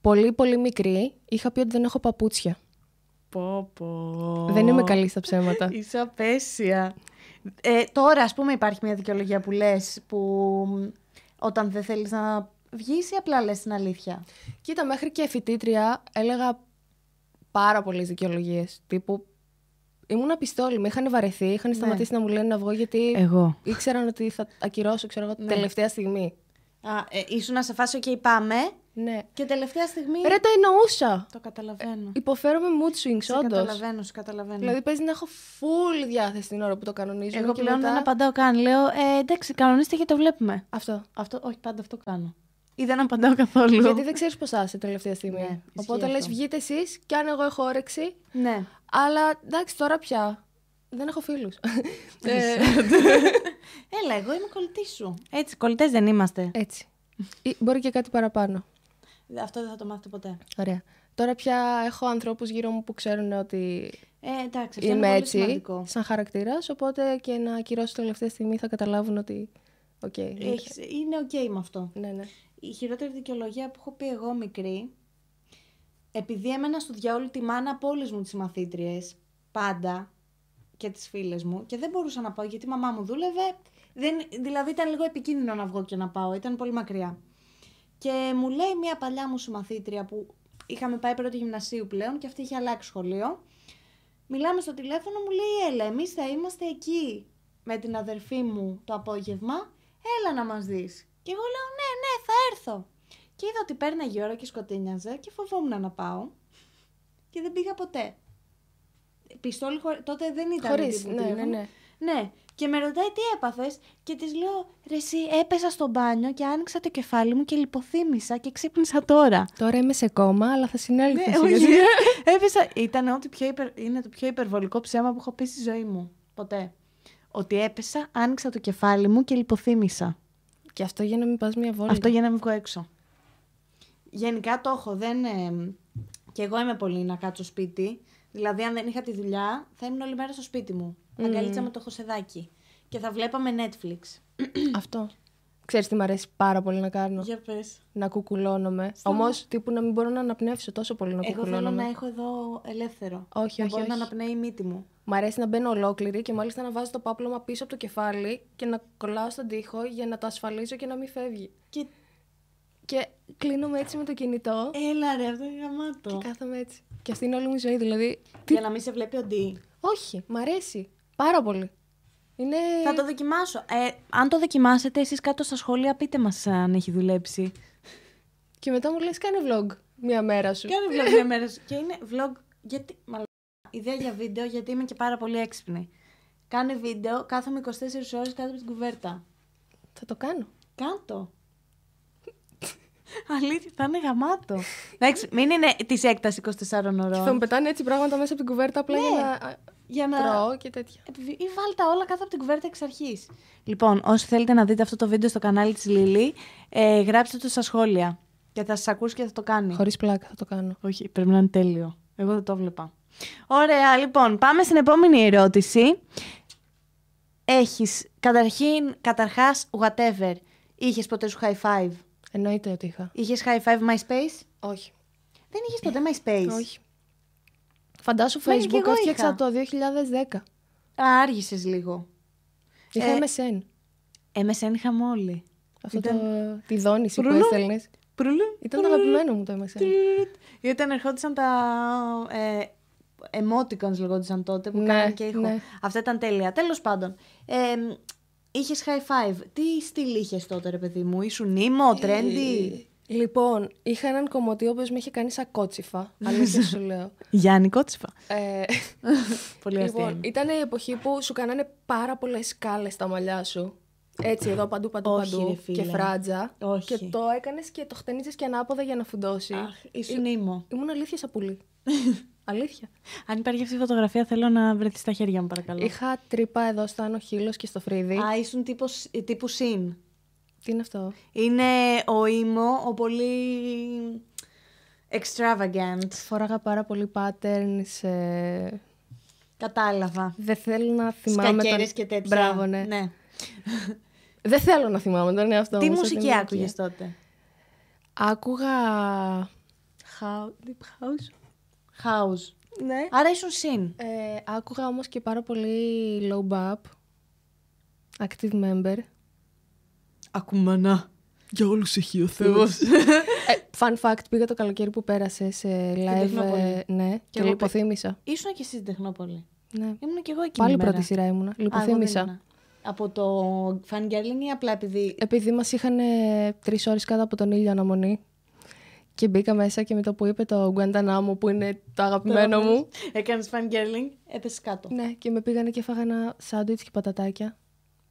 B: Πολύ πολύ μικρή είχα πει ότι δεν έχω παπούτσια.
A: Πω, πω.
B: Δεν είμαι καλή στα ψέματα.
A: Είσαι απέσια. Ε, τώρα, ας πούμε, υπάρχει μια δικαιολογία που λες που μ, όταν δεν θέλεις να βγεις ή απλά λες την αλήθεια.
B: Κοίτα, μέχρι και φοιτήτρια έλεγα πάρα πολλές δικαιολογίες. Τύπου ήμουν απιστόλη, με είχαν βαρεθεί,
A: Ναι.
B: είχαν σταματήσει να μου λένε να βγω γιατί
A: Εγώ.
B: ήξεραν ότι θα ακυρώσω, ξέρω
A: Ναι.
B: εγώ, τελευταία στιγμή.
A: Α, ε, ήσουν σε φάση, OK, πάμε.
B: Ναι.
A: Και τελευταία στιγμή.
B: Ρε, το εννοούσα.
A: Το καταλαβαίνω.
B: Υποφέρομαι mood
A: Σε
B: swings, όντως.
A: καταλαβαίνω, σε καταλαβαίνω.
B: Δηλαδή παίζει να έχω full διάθεση την ώρα που το κανονίζω.
A: Εγώ πλέον δεν απαντάω καν. Λέω, ε, εντάξει, κανονίστε και το βλέπουμε.
B: Αυτό.
A: Αυτό, όχι, πάντα αυτό κάνω. Ή δεν απαντάω καθόλου.
B: Γιατί δεν ξέρεις πώς είσαι τελευταία στιγμή.
A: Ναι, ισχύει
B: Οπότε
A: αυτό.
B: λες, βγείτε εσείς και αν εγώ έχω όρεξη.
A: Ναι.
B: Αλλά εντάξει, τώρα πια. Δεν έχω φίλους.
A: Ε, Έλα, εγώ είμαι κολλητή σου. Έτσι, κολλητές δεν είμαστε.
B: Έτσι. Ή Μπορεί και κάτι παραπάνω.
A: Ε, Αυτό δεν θα το μάθετε ποτέ.
B: Ωραία. Τώρα πια έχω ανθρώπους γύρω μου που ξέρουν ότι
A: Ε, εντάξει, αυτό είναι
B: είμαι
A: πολύ
B: έτσι,
A: σημαντικό.
B: σαν χαρακτήρας. Οπότε και να ακυρώσω τελευταία στιγμή θα καταλάβουν ότι. Οκ. δεν-
A: Έχεις, Ε, είναι οκ okay με αυτό.
B: Ναι, ναι.
A: Η χειρότερη δικαιολογία που έχω πει εγώ μικρή, επειδή έμενα στο διαόλου τη μάνα από όλες μου τις μαθήτριες, πάντα και τις φίλες μου, και δεν μπορούσα να πάω γιατί η μαμά μου δούλευε. Δεν, δηλαδή ήταν λίγο επικίνδυνο να βγω και να πάω, ήταν πολύ μακριά. Και μου λέει μια παλιά μου συμμαθήτρια που είχαμε πάει πρώτη γυμνασίου πλέον και αυτή είχε αλλάξει σχολείο. Μιλάμε στο τηλέφωνο, μου λέει Έλα, εμείς θα είμαστε εκεί με την αδερφή μου το απόγευμα. Έλα να μας δεις. Και εγώ λέω Ναι, ναι, θα έρθω. Και είδα ότι πέρναγε η ώρα και σκοτίνιαζε και φοβόμουν να πάω. Και δεν πήγα ποτέ. Πιστόλι, χω- τότε δεν ήταν.
B: Χωρίς,
A: τύπου
B: ναι,
A: τηλέφωνο.
B: ναι, ναι.
A: Ναι. Και με ρωτάει τι έπαθες και της λέω Ρε, εσύ έπεσα στο μπάνιο και άνοιξα το κεφάλι μου και λιποθύμησα και ξύπνησα τώρα.
B: Τώρα είμαι σε κόμμα, αλλά θα συνέλθω.
A: Ναι,
B: σιγά
A: όχι.
B: σιγά.
A: *laughs* Έπεσα. Ήταν ό,τι πιο υπερ- είναι το πιο υπερβολικό ψέμα που έχω πει στη ζωή μου. Ποτέ. Ότι έπεσα, άνοιξα το κεφάλι μου και λιποθύμησα.
B: Και αυτό για να μην πας μια βόλτα.
A: Αυτό για να μην βγω έξω. Γενικά το έχω. Δεν, ε, και εγώ είμαι πολύ να κάτσω σπίτι. Δηλαδή, αν δεν είχα τη δουλειά, θα ήμουν όλη μέρα στο σπίτι μου. Θα αγκαλίτσα με το χωσεδάκι. Και θα βλέπαμε Netflix.
B: Αυτό. Ξέρεις τι μου αρέσει πάρα πολύ να κάνω.
A: Για πες.
B: να κουκουλώνομαι. Όμως τύπου να μην μπορώ να αναπνεύσω τόσο πολύ να
A: Εγώ θέλω
B: κουκουλώνομαι.
A: να έχω εδώ ελεύθερο.
B: Όχι,
A: να
B: όχι,
A: Μπορεί να
B: όχι.
A: αναπνέει η μύτη μου.
B: Μ' αρέσει να μπαίνω ολόκληρη και μάλιστα να βάζω το πάπλωμα πίσω από το κεφάλι και να κολλάω στον τοίχο για να το ασφαλίζω και να μην φεύγει.
A: Και
B: Και κλείνομαι έτσι με το κινητό
A: έλα ρε, αυτό είναι γαμάτο.
B: και κάθομαι έτσι. Και αυτή είναι όλη μου η ζωή, δηλαδή.
A: Για να μην σε βλέπει ο Ντί.
B: Όχι, μ' αρέσει. Πάρα πολύ. Είναι.
A: Θα το δοκιμάσω. Ε, αν το δοκιμάσετε, εσείς κάτω στα σχόλια πείτε μας αν έχει δουλέψει.
B: Και μετά μου λες: Κάνε vlog μία μέρα σου.
A: Κάνε vlog μια μέρα σου. Και είναι vlog γιατί. Μαλά, ιδέα για βίντεο γιατί είμαι και πάρα πολύ έξυπνη. Κάνε βίντεο, κάθομαι 24 ώρες κάτω από την κουβέρτα.
B: Θα το κάνω. *laughs*
A: Κάντο. Αλήθεια, θα είναι γαμάτο. Εντάξει, μην είναι της έκτασης 24
B: Και θα μου
A: ωρών.
B: πετάνε έτσι πράγματα μέσα από την κουβέρτα απλά
A: Ναι.
B: για να,
A: Για να.
B: τρώω και τέτοια.
A: Επιβι- Ή βάλ τα όλα κάτω από την κουβέρτα εξ αρχής. Λοιπόν, όσοι θέλετε να δείτε αυτό το βίντεο στο κανάλι της Λίλη, ε, γράψτε το στα σχόλια. Και θα σας ακούσει και θα το κάνει.
B: Χωρίς πλάκα θα το κάνω.
A: Όχι, πρέπει να είναι τέλειο. Εγώ δεν το βλέπα. Ωραία, λοιπόν, πάμε στην επόμενη ερώτηση. Έχεις, καταρχήν, καταρχάς, whatever. Είχες ποτέ σου high five.
B: Εννοείται ότι είχα.
A: Είχες high five MySpace.
B: Όχι.
A: Δεν είχες ποτέ MySpace.
B: Όχι. Φαντάσου
A: Μα και
B: Facebook
A: εγώ
B: έφτιαξα
A: είχα.
B: το 2010.
A: Α, άργησες λίγο.
B: Είχα
A: Ε,
B: MSN.
A: MSN Ε, είχαμε όλοι.
B: Αυτό
A: ήταν-
B: το... τη δόνηση που
A: Προυλού.
B: έστελνε.
A: Προυλου,
B: Ήταν το
A: προυλου,
B: αγαπημένο μου το MSN.
A: τριριτ. Ή όταν ερχόντουσαν τα ε, emoticons λεγόντουσαν τότε που
B: Ναι,
A: κάνανε και ήχο.
B: ναι.
A: Αυτά ήταν τέλεια. Τέλος πάντων, ε, είχες high five. Τι στυλ είχες τότε ρε παιδί μου, ήσουν
B: Ε,
A: ήμο, τρέντι.
B: Λοιπόν, είχα έναν κομμωτή ο οποίος με είχε κάνει σακότσιφα. Αλήθεια σου λέω.
A: Γιάννη Κότσιφα.
B: Ε,
A: *laughs* Πολύ αστεία.
B: λοιπόν,
A: είναι.
B: ήταν η εποχή που σου κάνανε πάρα πολλές σκάλες στα μαλλιά σου. Έτσι, εδώ παντού, παντού,
A: Όχι, ρε
B: παντού.
A: φίλε.
B: και φράτζα.
A: Όχι.
B: Και το έκανες και το χτενίζε και ανάποδα για να φουντώσει.
A: Αχ, ήσουν ήμο.
B: Ήμουν αλήθεια
A: *laughs*
B: σαπούλη. αλήθεια.
A: Αν υπάρχει αυτή η φωτογραφία θέλω να βρεθεί στα χέρια μου παρακαλώ.
B: Είχα τρύπα εδώ στο άνω χείλος και στο φρύδι.
A: Α, ήσουν τύπος- ε, τύπου συν.
B: Τι είναι αυτό.
A: Είναι ο ήμο, ο πολύ ε, extravagant.
B: Φοράγα πάρα πολύ patterns. ε,
A: Κατάλαβα.
B: Δεν θέλω να θυμάμαι.
A: Σκακέρες
B: τον-
A: και τέτοια.
B: Μπράβο, ναι. Δεν θέλω να θυμάμαι τον εαυτό μου.
A: Τι
B: σε
A: μουσική
B: αυτήν την
A: άκουγε
B: ηλικία.
A: τότε.
B: Άκουγα. How... Deep House.
A: House.
B: Ναι.
A: Άρα ήσουν συν.
B: Ε, άκουγα όμως και πάρα πολύ low bap. Active member.
A: Ακουμανά. Για όλους έχει ο Θεός.
B: ε, fun fact, πήγα το καλοκαίρι που πέρασε σε live.
A: Τεχνόπολη.
B: ε, ναι, και,
A: εγώ
B: λιποθύμησα.
A: ήσουν και εσύ στην Τεχνόπολη.
B: Ναι.
A: Ήμουν και εγώ εκεί.
B: Πάλι πρώτη σειρά ήμουνα. Λιποθύμησα.
A: Από το fangirling ή απλά *laughs* επειδή.
B: Επειδή μας είχαν τρεις ώρες κάτω από τον ήλιο αναμονή. Και μπήκα μέσα και με το που είπε το Guantanamo που είναι το αγαπημένο μου.
A: Έκανες fangirling, έπεσε κάτω.
B: Ναι, και με πήγανε και φάγα ένα σάντουιτς και πατατάκια.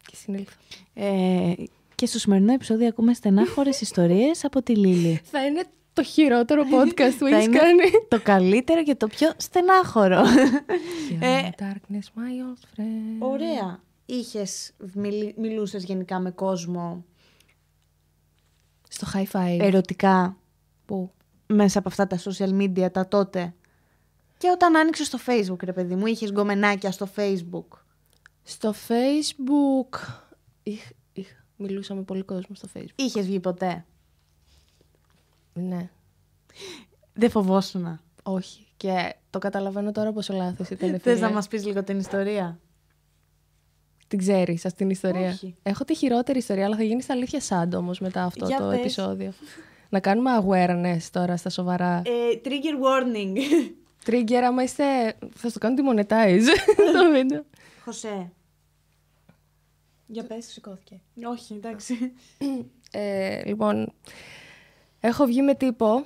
B: Και συνήλθα.
A: Ε, και στο σημερινό επεισόδιο ακούμε στενάχωρες ιστορίες από τη *laughs* Λίλη.
B: Θα είναι το χειρότερο podcast που
A: Θα
B: έχεις
A: είναι
B: κάνει.
A: το καλύτερο και το πιο *laughs* στενάχωρο. Ε,
B: darkness, my old friend.
A: Ωραία. Είχες, μιλ, μιλούσες γενικά με κόσμο
B: Στο high five.
A: Ε. ερωτικά
B: Πού?
A: μέσα από αυτά τα social media τα τότε. Και όταν άνοιξε στο facebook ρε παιδί μου, είχες γκομενάκια στο facebook.
B: Στο facebook. Είχ, είχ, μιλούσα με πολύ κόσμο στο facebook.
A: Είχες βγει ποτέ.
B: Ναι.
A: Δεν φοβόσουνα.
B: Όχι. Και το καταλαβαίνω τώρα πόσο λάθος ήταν.
A: Θες
B: φίλε.
A: να μας πεις λίγο την ιστορία.
B: Την ξέρεις αυτή την ιστορία.
A: Όχι.
B: Έχω τη χειρότερη ιστορία, αλλά θα γίνεις στα αλήθεια σάντ όμως μετά αυτό
A: Για
B: το
A: πες.
B: επεισόδιο. να κάνουμε awareness τώρα στα σοβαρά.
A: Ε, trigger warning.
B: Trigger, άμα είστε. Θα το κάνω demonetize *laughs* το βίντεο.
A: Χωσέ. Για πες.
B: Σηκώθηκε.
A: Όχι, εντάξει.
B: Ε, λοιπόν, έχω βγει με τύπο.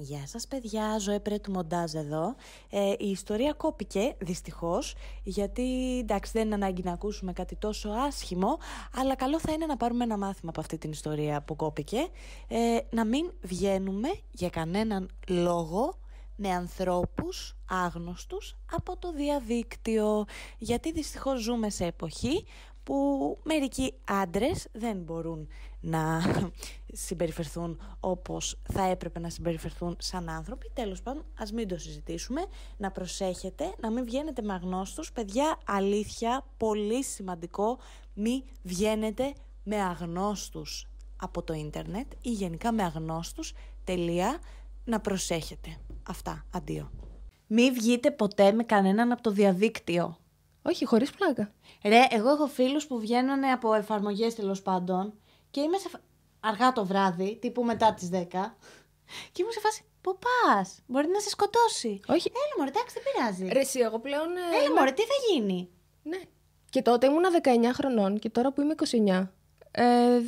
A: Γεια σας παιδιά, Ζωέ Πρέ του Μοντάζ εδώ. Ε, η ιστορία κόπηκε δυστυχώς, γιατί εντάξει δεν είναι ανάγκη να ακούσουμε κάτι τόσο άσχημο, αλλά καλό θα είναι να πάρουμε ένα μάθημα από αυτή την ιστορία που κόπηκε, ε, να μην βγαίνουμε για κανέναν λόγο με ανθρώπους άγνωστους από το διαδίκτυο, γιατί δυστυχώς ζούμε σε εποχή που μερικοί άντρες δεν μπορούν να *laughs* συμπεριφερθούν όπως θα έπρεπε να συμπεριφερθούν σαν άνθρωποι. Τέλος πάντων, ας μην το συζητήσουμε. Να προσέχετε, να μην βγαίνετε με αγνώστους. Παιδιά, αλήθεια, πολύ σημαντικό, μη βγαίνετε με αγνώστους από το ίντερνετ ή γενικά με αγνώστους. Τελεία. Να προσέχετε. Αυτά. Αντίο. Μη βγείτε ποτέ με κανέναν από το διαδίκτυο.
B: Όχι, χωρίς πλάκα.
A: Ρε, εγώ έχω φίλους που βγαίνουν από εφαρμογές τέλος πάντων και είμαι σε φα- αργά το βράδυ, τύπου μετά τις 10 και είμαι σε φάση, πού πας, μπορεί να σε σκοτώσει.
B: Όχι.
A: Έλα μωρέ, εντάξει, δεν πειράζει.
B: Ρε, εσύ, εγώ πλέον. ε,
A: Έλα
B: είμαι-
A: μωρέ, τι θα γίνει.
B: Ναι. Και τότε ήμουνα 19 χρονών και τώρα που είμαι 29. Ε,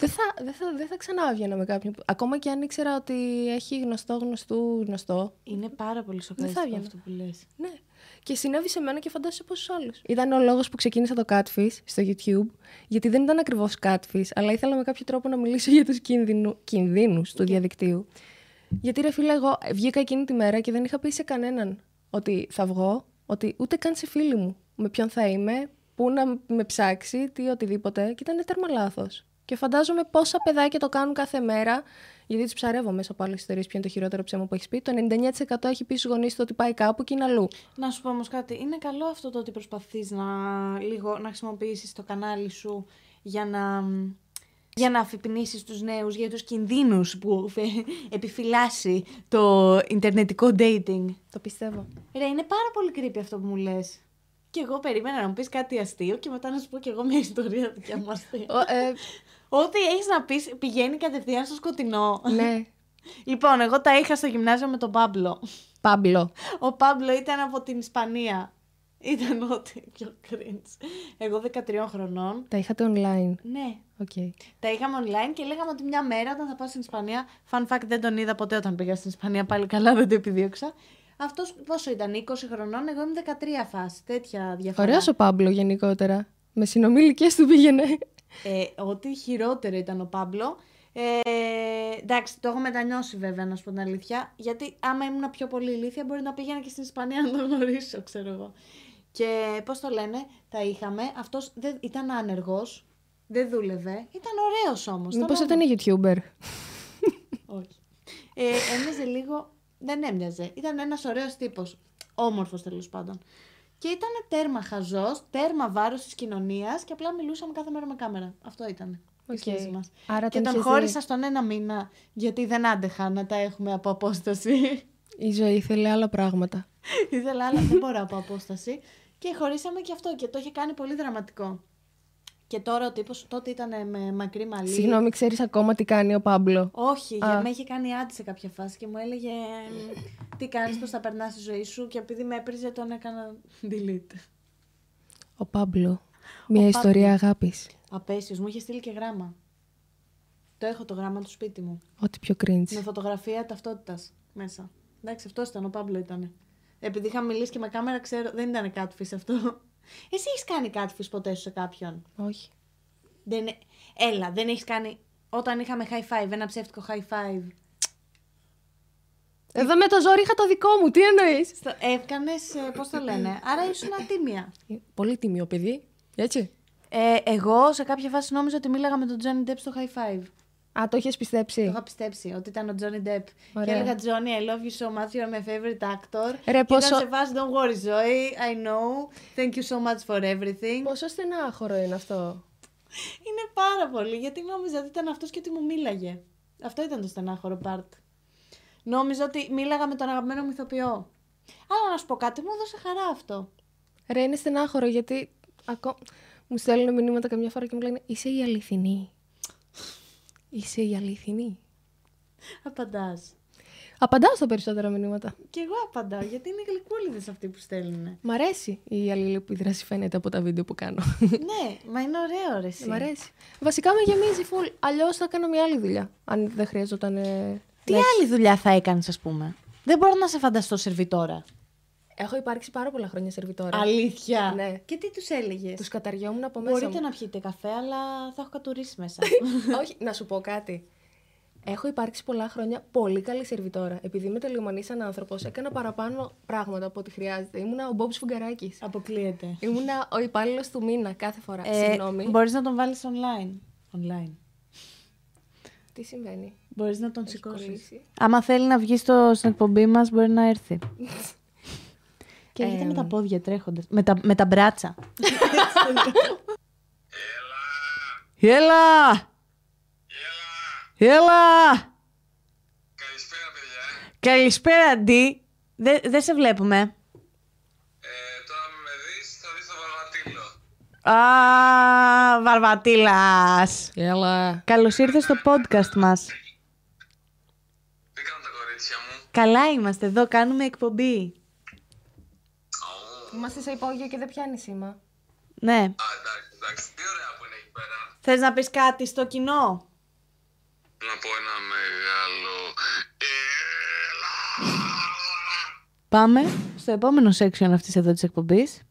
B: δεν θα, δεν θα, δεν θα ξανά έβγαινα με κάποιον. που- Ακόμα και αν ήξερα ότι έχει γνωστό γνωστού γνωστό.
A: Είναι πάρα πολύ
B: σοκαριστικό
A: σοκαριστικό
B: αυτό
A: αυτό που λες.
B: Ναι. Και συνέβη σε μένα και φαντάζομαι σε πόσους άλλους. Ήταν ο λόγος που ξεκίνησα το Catfish στο YouTube, γιατί δεν ήταν ακριβώς Catfish, αλλά ήθελα με κάποιο τρόπο να μιλήσω για τους κινδυνου, κινδύνους του διαδικτύου. Γιατί ρε φίλε, εγώ βγήκα εκείνη τη μέρα και δεν είχα πει σε κανέναν ότι θα βγω, ότι ούτε καν σε φίλοι μου με ποιον θα είμαι, πού να με ψάξει, τι οτιδήποτε. Και ήταν τέρμα λάθος. Και φαντάζομαι πόσα παιδάκια το κάνουν κάθε μέρα, γιατί τους ψαρεύω μέσα από άλλες ιστορίες ποιο είναι το χειρότερο ψέμα που έχεις πει. Το 99% έχει πει στους γονείς του ότι πάει κάπου και είναι αλλού.
A: Να σου πω όμως κάτι. Είναι καλό αυτό το ότι προσπαθείς να, λίγο, να χρησιμοποιήσεις το κανάλι σου για να, για να αφυπνίσεις τους νέους για τους κινδύνους που φε- επιφυλάσσει το ιντερνετικό dating.
B: Το πιστεύω.
A: Ρε, είναι πάρα πολύ creepy αυτό που μου λες. Και εγώ περίμενα να μου πεις κάτι αστείο και μετά να σου πω κι εγώ μια ιστορία δικιά μου αστεία.
B: Ο, ε,
A: Ό,τι έχεις να πεις πηγαίνει κατευθείαν στο σκοτεινό.
B: ναι.
A: λοιπόν, εγώ τα είχα στο γυμνάσιο με τον Πάμπλο.
B: Πάμπλο.
A: Ο Πάμπλο ήταν από την Ισπανία. Ήταν ό,τι πιο cringe. Εγώ 13 χρονών.
B: Τα είχατε online.
A: Ναι,
B: Οκ.
A: τα είχαμε online και λέγαμε ότι μια μέρα όταν θα πάω στην Ισπανία. Fun fact, δεν τον είδα ποτέ όταν πήγα στην Ισπανία. Πάλι καλά, δεν το επιδίωξα. Αυτός πόσο ήταν, 20 χρονών, εγώ είμαι 13 φάση. Τέτοια διαφορά.
B: Ωραίος ο Πάμπλο γενικότερα. Με συνομιλικές του πήγαινε.
A: Ε, ότι χειρότερο ήταν ο Πάμπλο. Ε, εντάξει, το έχω μετανιώσει βέβαια, να σου πω την αλήθεια. Γιατί άμα ήμουν πιο πολύ ηλίθια, μπορεί να πήγαινα και στην Ισπανία να τον γνωρίσω, ξέρω εγώ. Και πώς το λένε, τα είχαμε. Αυτός ήταν άνεργος. Δεν δούλευε. Ήταν ωραίος όμως.
B: Μήπω ήταν YouTuber.
A: Όχι. Ε, έμοιαζε λίγο. Δεν έμοιαζε. Ήταν ένας ωραίος τύπος. Όμορφος τέλος πάντων. Και ήταν τέρμα χαζός, τέρμα βάρος της κοινωνίας και απλά μιλούσαμε κάθε μέρα με κάμερα. Αυτό ήταν. Η
B: Οκ.
A: σχέση μας.
B: Άρα
A: και
B: τον
A: τον
B: είχες
A: χώρισα στον ένα μήνα, γιατί δεν άντεχα να τα έχουμε από απόσταση. *laughs*
B: Η ζωή θέλει άλλα πράγματα.
A: Ήθελα, αλλά δεν μπορώ από απόσταση. Και χωρίσαμε και αυτό και το είχε κάνει πολύ δραματικό. Και τώρα ο τύπος τότε ήταν με μακρύ μαλλί.
B: Συγγνώμη, ξέρεις ακόμα τι κάνει ο Πάμπλο.
A: Όχι,
B: Α.
A: για με είχε κάνει άντι σε κάποια φάση και μου έλεγε μ, τι κάνεις, πώς θα περνάς τη ζωή σου και επειδή με έπριζε τον έκανα delete.
B: Ο Πάμπλο. Μια ιστορία αγάπης.
A: Απέσιος, μου είχε στείλει και γράμμα. Το έχω το γράμμα του σπίτι μου.
B: Ό,τι πιο cringe.
A: Με φωτογραφία ταυτότητας μέσα. Εντάξει, αυτός ήταν, ο Παύλο ήταν. Επειδή είχα μιλήσει και με κάμερα, ξέρω, δεν ήταν catfish αυτό. Εσύ έχεις κάνει catfish ποτέ σου σε κάποιον.
B: Όχι.
A: Δεν... ε- Έλα, δεν έχεις κάνει. Όταν είχαμε high five, ένα ψεύτικο high five.
B: Εδώ με το ζόρι είχα το δικό μου. Τι εννοείς.
A: Στο... Έκανες, πώ ε, το λένε. Άρα ήσουν ατίμια.
B: Ε, Πολύ τιμίο παιδί. Έτσι.
A: Ε, εγώ σε κάποια φάση νόμιζα ότι μίλαγα με τον Johnny Depp στο high five.
B: Α, το είχες
A: Το
B: πιστέψει.
A: είχα πιστέψει ότι ήταν ο Johnny Depp.
B: Ωραία.
A: Και έλεγα Johnny, I love you so much, you're my favorite actor.
B: Ρε,
A: και
B: πόσο-
A: ήταν σε φάση, don't worry, Zoe, I know. Thank you so much for everything.
B: Πόσο στενάχωρο είναι αυτό.
A: Είναι πάρα πολύ, γιατί νόμιζα ότι ήταν αυτός και ότι μου μίλαγε. Αυτό ήταν το στενάχωρο part. Νόμιζα ότι μίλαγα με τον αγαπημένο μου ηθοποιό. Αλλά να σου πω κάτι, μου έδωσε χαρά αυτό.
B: Ρε, είναι στενάχωρο γιατί ακό... μου στέλνουν μηνύματα καμιά φορά και μου λένε Είσαι η αληθινή. Είσαι η αληθινή.
A: Απαντάς.
B: Απαντάω στα περισσότερα μηνύματα.
A: Και εγώ απαντάω, γιατί είναι γλυκούλιδες αυτοί που στέλνουν.
B: *laughs* Μ' αρέσει η αλληλεπίδραση φαίνεται από τα βίντεο που κάνω.
A: ναι, μα είναι ωραίο ρε εσύ.
B: Μ' αρέσει. Βασικά με γεμίζει φουλ. Αλλιώς θα κάνω μια άλλη δουλειά. Αν δεν χρειαζόταν. ε,
A: Τι
B: να-
A: άλλη δουλειά θα έκανες, ας πούμε. Δεν μπορώ να σε φανταστώ σερβιτόρα.
B: Έχω υπάρξει πάρα πολλά χρόνια σερβιτόρα.
A: Αλήθεια.
B: Ναι.
A: Και τι τους έλεγες.
B: Τους καταριόμουν από μέσα.
A: Μπορείτε
B: μου.
A: να πιείτε καφέ, αλλά θα έχω κατουρίσει μέσα.
B: Όχι, να σου πω κάτι. Έχω υπάρξει πολλά χρόνια πολύ καλή σερβιτόρα. Επειδή είμαι τελειωμανή σαν άνθρωπος, έκανα παραπάνω πράγματα από ό,τι χρειάζεται. Ήμουνα ο Μπόμπ Φουγκαράκης.
A: *laughs* Αποκλείεται.
B: Ήμουνα ο υπάλληλος του μήνα κάθε φορά. Συγγνώμη.
A: Μπορείς Ε, να τον βάλεις online. Online.
B: Τι συμβαίνει.
A: Μπορείς να τον
B: Έχεις
A: σηκώσεις.
B: κολλήσει.
A: Άμα θέλει να βγει στο, στην εκπομπή μας, μπορεί να έρθει. *laughs* Και έρχεται
B: Ε,
A: με τα πόδια τρέχοντας. Με τα, με τα μπράτσα. Έλα! Έλα! Έλα!
C: Καλησπέρα, παιδιά.
A: Καλησπέρα, Ντι. Δε- Δεν σε βλέπουμε.
C: Ε, τώρα αν με δεις, θα δεις το βαρβατήλο.
A: Α, Βαρβατήλας.
B: Έλα.
A: Καλώς ήρθες στο podcast μας.
C: Τι κάνουν τα κορίτσια μου.
A: Καλά είμαστε εδώ, κάνουμε εκπομπή.
B: Είμαστε σε υπόγειο και δεν πιάνει σήμα.
A: Ναι.
C: Α, εντάξει, εντάξει. Τι ωραία που είναι εκεί πέρα.
A: Θες να πεις κάτι στο κοινό?
C: Να πω ένα Ε, μεγάλο. Έλα!
A: Πάμε στο επόμενο section αυτής εδώ της εκπομπής,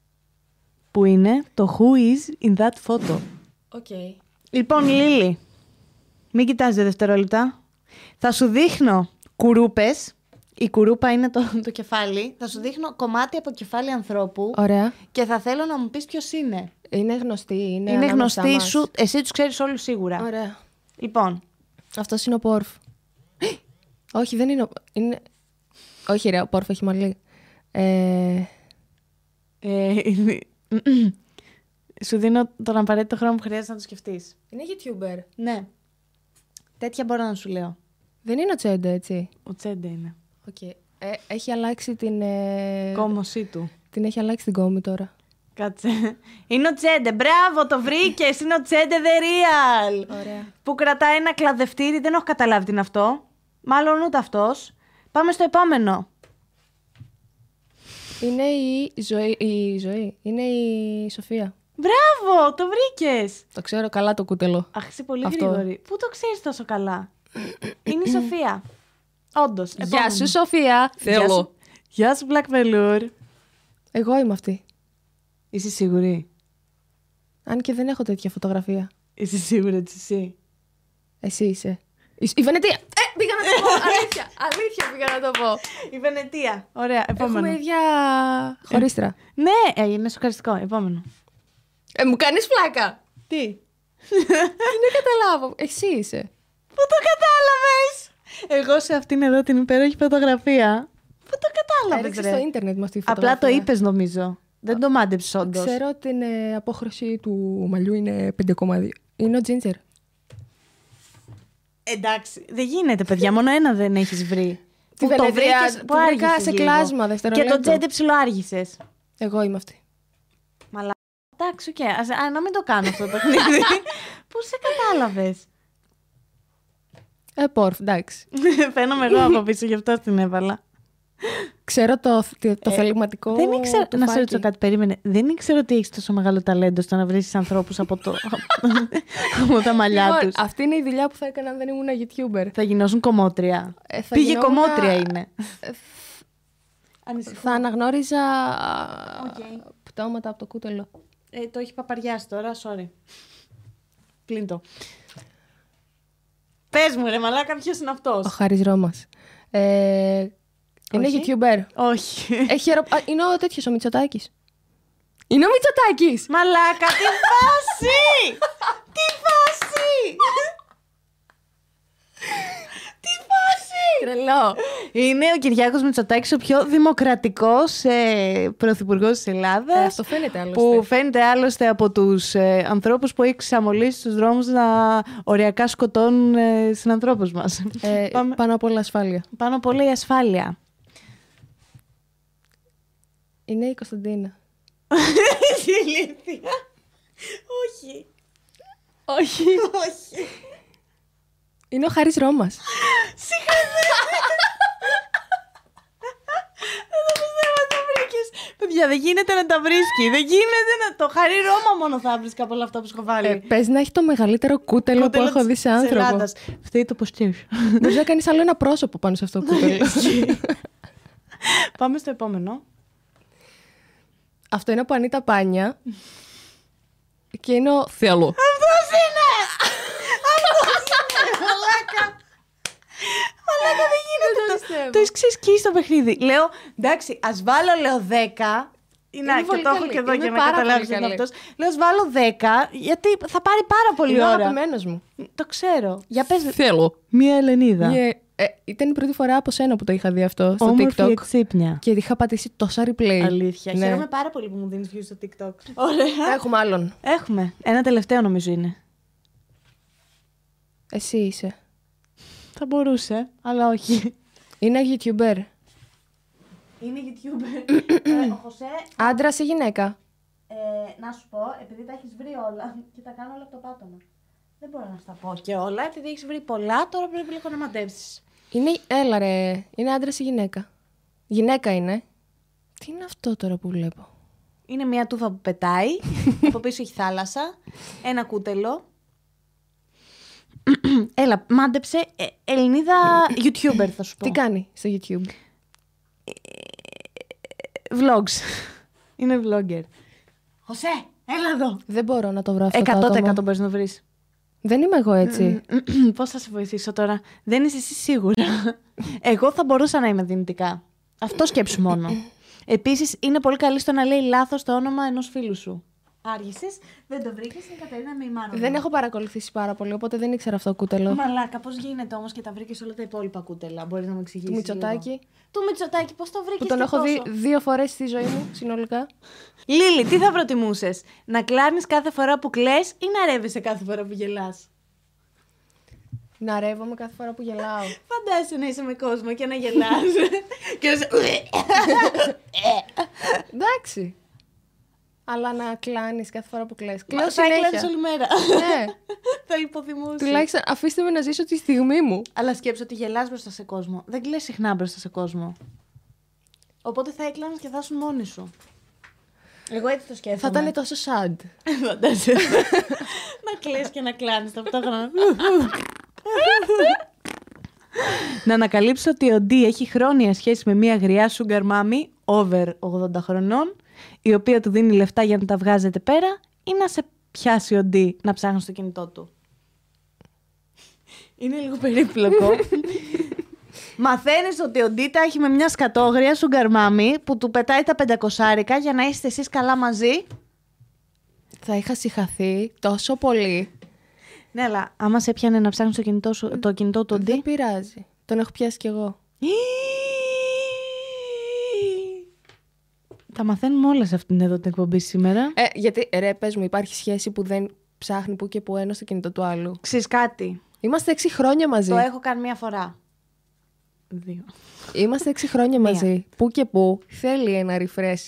A: που είναι το Who is in that photo.
B: Οκ.
A: Λοιπόν, Λίλη, μην κοιτάζει δευτερόλεπτα. Θα σου δείχνω κουρούπες. Η κουρούπα είναι το, το κεφάλι. Θα σου δείχνω κομμάτι από κεφάλι ανθρώπου
B: Ωραία.
A: και θα θέλω να μου πεις ποιος είναι.
B: Είναι γνωστή,
A: είναι
B: είναι. ανάμεσά
A: γνωστή
B: μας.
A: σου, εσύ τους ξέρεις όλους σίγουρα.
B: Ωραία.
A: Λοιπόν,
B: Αυτός είναι ο Πόρφ. *gasps* Όχι, δεν είναι ο. Είναι... Όχι, ρε, ο Πόρφ έχει μαλλί. Ε,
A: ε, *clears throat* είναι- σου δίνω τον απαραίτητο χρόνο που χρειάζεται να το σκεφτείς.
B: είναι YouTuber.
A: Ναι. Τέτοια μπορώ να σου λέω.
B: Δεν είναι ο Τσέντε, έτσι.
A: Ο Τσέντε είναι.
B: Okay. Ε, έχει αλλάξει την. Ε...
A: Κόμωσή του.
B: Την έχει αλλάξει την κόμη τώρα.
A: Κάτσε. Είναι ο Τσέντε. Μπράβο, το βρήκες. Είναι ο Τσέντε The Real.
B: Ωραία.
A: Που κρατάει ένα κλαδευτήρι. Δεν έχω καταλάβει τι είναι αυτό. Μάλλον ούτε αυτός. Πάμε στο επόμενο.
B: Είναι η ζωή. Η ζωή. Είναι η Σοφία.
A: Μπράβο, το βρήκες.
B: Το ξέρω καλά το κούτελο.
A: Αχ, είσαι πολύ
B: Αυτό.
A: γρήγορη. Πού το ξέρεις τόσο καλά. είναι η Σοφία. Όντως.
B: Γεια σου, Σοφία!
A: Γεια σου, Black Velour.
B: Εγώ είμαι αυτή.
A: Είσαι σίγουρη.
B: Αν και δεν έχω τέτοια φωτογραφία.
A: Είσαι σίγουρη ότι εσύ.
B: Εσύ είσαι. Η- Η Βενετία! Ε, πήγα να το *laughs* πω! Αλήθεια! Αλήθεια πήγα να το πω!
A: Η Βενετία. Ωραία, επόμενο.
B: Έχουμε ίδια χωρίστρα.
A: Ναι, ε, είναι σοκαριστικό. Επόμενο.
B: Ε, μου κάνεις *laughs* πλάκα!
A: Τι.
B: Δεν καταλάβω. Εσύ είσαι.
A: Πού το κατάλαβες! Εγώ σε αυτήν εδώ την υπέροχη φωτογραφία. Πού το κατάλαβες,
B: Έριξε
A: ρε.
B: στο ίντερνετ με αυτή τη φωτογραφία.
A: Απλά το είπες νομίζω. Δεν το μάντεψες όντως.
B: Ξέρω ότι την απόχρωση του μαλλιού είναι 5,2. Είναι ο Τζίντζερ.
A: Εντάξει, δεν γίνεται, παιδιά. Μόνο ένα δεν έχεις βρει.
B: Τη Βενετία,
A: βρήκες,
B: το
A: που
B: βρήκα
A: άργησες
B: σε
A: λίγο.
B: κλάσμα
A: Και το
B: δευτερολέπτου.
A: τζέντε ψηλό άργησες.
B: Εγώ είμαι αυτή.
A: Μαλά. Εντάξει, οκ. Ας- α, να μην το κάνω αυτό το *laughs* παιχνίδι. Πού σε κατάλαβες.
B: Ε, πόρφ, εντάξει.
A: *laughs* Φαίνομαι εγώ από πίσω, γι' αυτό την έβαλα.
B: Ξέρω το, το, το θεληματικό.
A: Ε, Δεν ήξερα.
B: του
A: Να σε
B: Φάκη.
A: ρωτήσω κάτι, περίμενε. Δεν ήξερα ότι έχεις τόσο μεγάλο ταλέντο στο να βρεις ανθρώπους από, το... *laughs* από τα μαλλιά
B: Λοιπόν,
A: τους.
B: αυτή είναι η δουλειά που θα έκανα αν δεν ήμουν YouTuber.
A: Θα γινώσουν κομμότρια.
B: Ε, θα
A: Πήγε
B: γινόμουν-
A: κομμότρια είναι.
B: Ε,
A: Ανησυχώ.
B: Θα αναγνώριζα
A: Οκ.
B: πτώματα από το κούτελο.
A: Ε, το έχει παπαριάσει τώρα, sorry. Κλείν το. Πες μου, ρε μαλάκα, ποιος είναι αυτός.
B: Ο Χάρης Ρώμας. Ε, είναι
A: Όχι.
B: YouTuber.
A: Όχι.
B: Έχει αερο... Α, είναι ο τέτοιος ο Μητσοτάκης. Είναι ο Μητσοτάκης!
A: Μαλάκα, τι φάση! τι φάση! τι φάση!
B: Τρελό.
A: Είναι ο Κυριάκος Μητσοτάκης ο πιο δημοκρατικός ε, πρωθυπουργός της
B: Ε,
A: Ελλάδας.
B: αυτό φαίνεται άλλωστε.
A: που φαίνεται άλλωστε από τους ε, ανθρώπους που έχει ξαμολύσει στους δρόμους να οριακά σκοτώνουν ε, συνανθρώπους μας.
B: Ε,
A: *laughs* Πάμε.
B: Πάνω απ' όλα ασφάλεια.
A: Πάνω πολύ η *laughs* ασφάλεια.
B: Είναι η Κωνσταντίνα.
A: Ηλίθεια. Όχι.
B: Όχι.
A: Όχι.
B: Είναι ο Χάρης Ρώμας.
A: Δεν το πιστεύω ότι το βρήκες. Παιδιά, δεν γίνεται να τα βρίσκει. Δεν γίνεται να... Το χαρί Ρώμα μόνο θα βρίσκα από όλα αυτά που σκοβάλλει.
B: Ε, πες να έχει το μεγαλύτερο κούτελο,
A: Κοντέλο
B: που έχω δει
A: της-
B: σε
A: της
B: άνθρωπο.
A: Ελλάδας. Φταίει το ποστήρι.
B: Μπορεί να κάνεις άλλο ένα πρόσωπο πάνω σε αυτό το
A: *laughs*
B: κούτελο. *laughs*
A: Πάμε στο επόμενο.
B: αυτό είναι από Ανίτα Πάνια. Και είναι ο Θεαλού.
A: Αυτός είναι! Αυτός είναι! Μαλάκα! Μαλάκα δεν γίνεται
B: Δεν το
A: το.
B: πιστεύω.
A: Το έχεις ξεσκίσει το παιχνίδι. Λέω, εντάξει, ας βάλω, λέω 10.
B: Είμαι
A: Να, και
B: πολύ
A: το έχω
B: καλή.
A: και εδώ
B: Είμαι
A: για να
B: πάρα πολύ
A: καταλάβεις ότι είναι
B: καλή.
A: αυτός. Λέω, ας βάλω 10, γιατί θα πάρει πάρα πολύ
B: Είναι ο
A: ώρα.
B: αγαπημένος μου.
A: Το ξέρω. Για πες,
B: Θέλω.
A: μία Ελληνίδα.
B: Ναι. Ε, ήταν η πρώτη φορά από σένα που το είχα δει αυτό στο
A: Όμορφη
B: TikTok.
A: εξύπνια.
B: Και είχα πατήσει τόσα replay.
A: Αλήθεια.
B: Ναι.
A: Χαίρομαι πάρα πολύ που μου δίνεις views στο TikTok. Ωραία.
B: Έχουμε άλλον.
A: Έχουμε. Ένα τελευταίο νομίζω είναι.
B: Εσύ είσαι.
A: Θα μπορούσε, αλλά όχι.
B: Είναι YouTuber.
A: Είναι
B: *clears throat*
A: YouTuber. ε, ο Χωσέ
B: Άντρα ή γυναίκα.
A: Ε, να σου πω, επειδή τα έχεις βρει όλα και τα κάνω όλα από το πάτωμα. Δεν μπορώ να στα πω και όλα, επειδή έχεις βρει πολλά, τώρα πρέπει λίγο να μαντέψει.
B: Είναι. Έλα ρε. Είναι άντρα ή γυναίκα. Γυναίκα είναι. Τι είναι αυτό τώρα που βλέπω.
A: Είναι μια τούφα που *laughs* πετάει, από πίσω έχει θάλασσα, ένα κούτελο. *clears throat* Έλα, μάντεψε. ε, Ελληνίδα YouTuber θα σου πω.
B: Τι κάνει στο YouTube.
A: Vlogs. Είναι vlogger. Χωσέ, έλα εδώ.
B: Δεν μπορώ να το βρω αυτό. το
A: 100%
B: άτομο.
A: μπορείς να βρεις.
B: Δεν είμαι εγώ έτσι.
A: *clears throat* Πώς θα σε βοηθήσω τώρα. Δεν είσαι εσύ σίγουρα. Εγώ θα μπορούσα να είμαι δυνητικά. Αυτό σκέψου μόνο. Επίσης, είναι πολύ καλή στο να λέει λάθος το όνομα ενός φίλου σου. Άργησες, δεν το βρήκες, είναι η Κατερίνα με η Μάρο. λοιπόν.
B: δεν έχω παρακολουθήσει πάρα πολύ, οπότε δεν ήξερα αυτό κούτελο.
A: Μαλάκα, πώς γίνεται όμως και τα βρήκες όλα τα υπόλοιπα κούτελα. Μπορείς να μου εξηγήσεις.
B: Του Μητσοτάκη.
A: Του Μητσοτάκη, πώς το βρήκες.
B: Που τον έχω δει δύο φορές στη ζωή μου συνολικά.
A: Λίλη, τι θα προτιμούσες, να κλάνεις κάθε φορά που κλε ή να ρεύεσαι κάθε φορά που γελάς.
B: Να ρεύομαι κάθε φορά που
A: *laughs*
B: γελάω.
A: Φαντάζεσαι να είσαι με κόσμο και να γελάς.
B: *laughs*
A: και να είσαι,
B: Εντάξει. Αλλά να κλάνεις κάθε φορά που κλαις. Κλαίω
A: Κλαίω συνέχεια.
B: συνέχεια.
A: όλη μέρα.
B: Ναι.
A: *laughs* θα υποθυμούσε.
B: *laughs* Τουλάχιστον αφήστε με να ζήσω τη στιγμή μου.
A: Αλλά σκέψω ότι γελάς μπροστά σε κόσμο. Δεν κλαις συχνά μπροστά σε κόσμο. Οπότε θα έκλανες και θα ήσουν μόνη σου. Εγώ έτσι το
B: Θα
A: σκέφτομαι.
B: ήταν τόσο sad.
A: Φαντάζεσαι. *laughs* να κλαις και να κλάνεις ταυτόχρονα. να ανακαλύψω ότι ο Ντί έχει χρόνια σχέση με μια γριά sugar mommy over 80 χρονών, η οποία του δίνει λεφτά για να τα βγάζετε πέρα ή να σε πιάσει ο Ντί να ψάχνει στο κινητό του. Είναι λίγο περίπλοκο. Μαθαίνεις ότι ο Ντί τα έχει με μια σκατόγρια sugar mommy που του πετάει τα πεντακοσάρικα για να είστε εσείς καλά μαζί
B: Θα είχα συχαθεί τόσο πολύ.
A: Ναι, αλλά άμα σε έπιανε να ψάχνεις το κινητό, σου, το κινητό του
B: Δεν
A: Ντί.
B: πειράζει. Τον έχω πιάσει κι εγώ.
A: *gasps* Τα μαθαίνουμε όλα σε αυτήν εδώ την εκπομπή σήμερα.
B: Ε, γιατί ρε, πες μου, υπάρχει σχέση που δεν ψάχνει που και που ένα στο κινητό του άλλου.
A: Ξέρεις κάτι.
B: Είμαστε 6 χρόνια μαζί.
A: Το έχω κάνει μία φορά. Δύο.
B: Είμαστε 6 χρόνια μαζί. Που και που θέλει ένα refresh.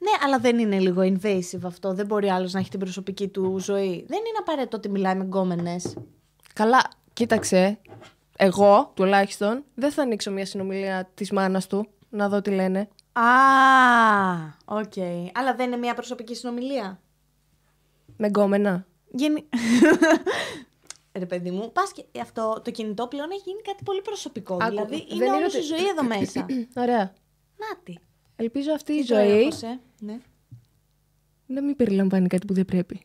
A: Ναι, αλλά δεν είναι λίγο invasive αυτό. Δεν μπορεί άλλος να έχει την προσωπική του ζωή. Δεν είναι απαραίτητο ότι μιλάει με γκόμενες.
B: Καλά, κοίταξε. Εγώ τουλάχιστον δεν θα ανοίξω μια συνομιλία της μάνας του να δω τι λένε.
A: Α, οκ. Αλλά δεν είναι μία προσωπική συνομιλία.
B: Με γκόμενα.
A: Γενι... *laughs* Ρε παιδί μου, πας και αυτό το κινητό πλέον έχει γίνει κάτι πολύ προσωπικό.
B: Άκου,
A: δηλαδή
B: δεν
A: είναι
B: είναι
A: όλη
B: ότι-
A: η ζωή *laughs* εδώ μέσα.
B: Ωραία.
A: Νάτι.
B: Ελπίζω αυτή η
A: Τι
B: ζωή
A: Ναι.
B: να μην περιλαμβάνει κάτι που δεν πρέπει.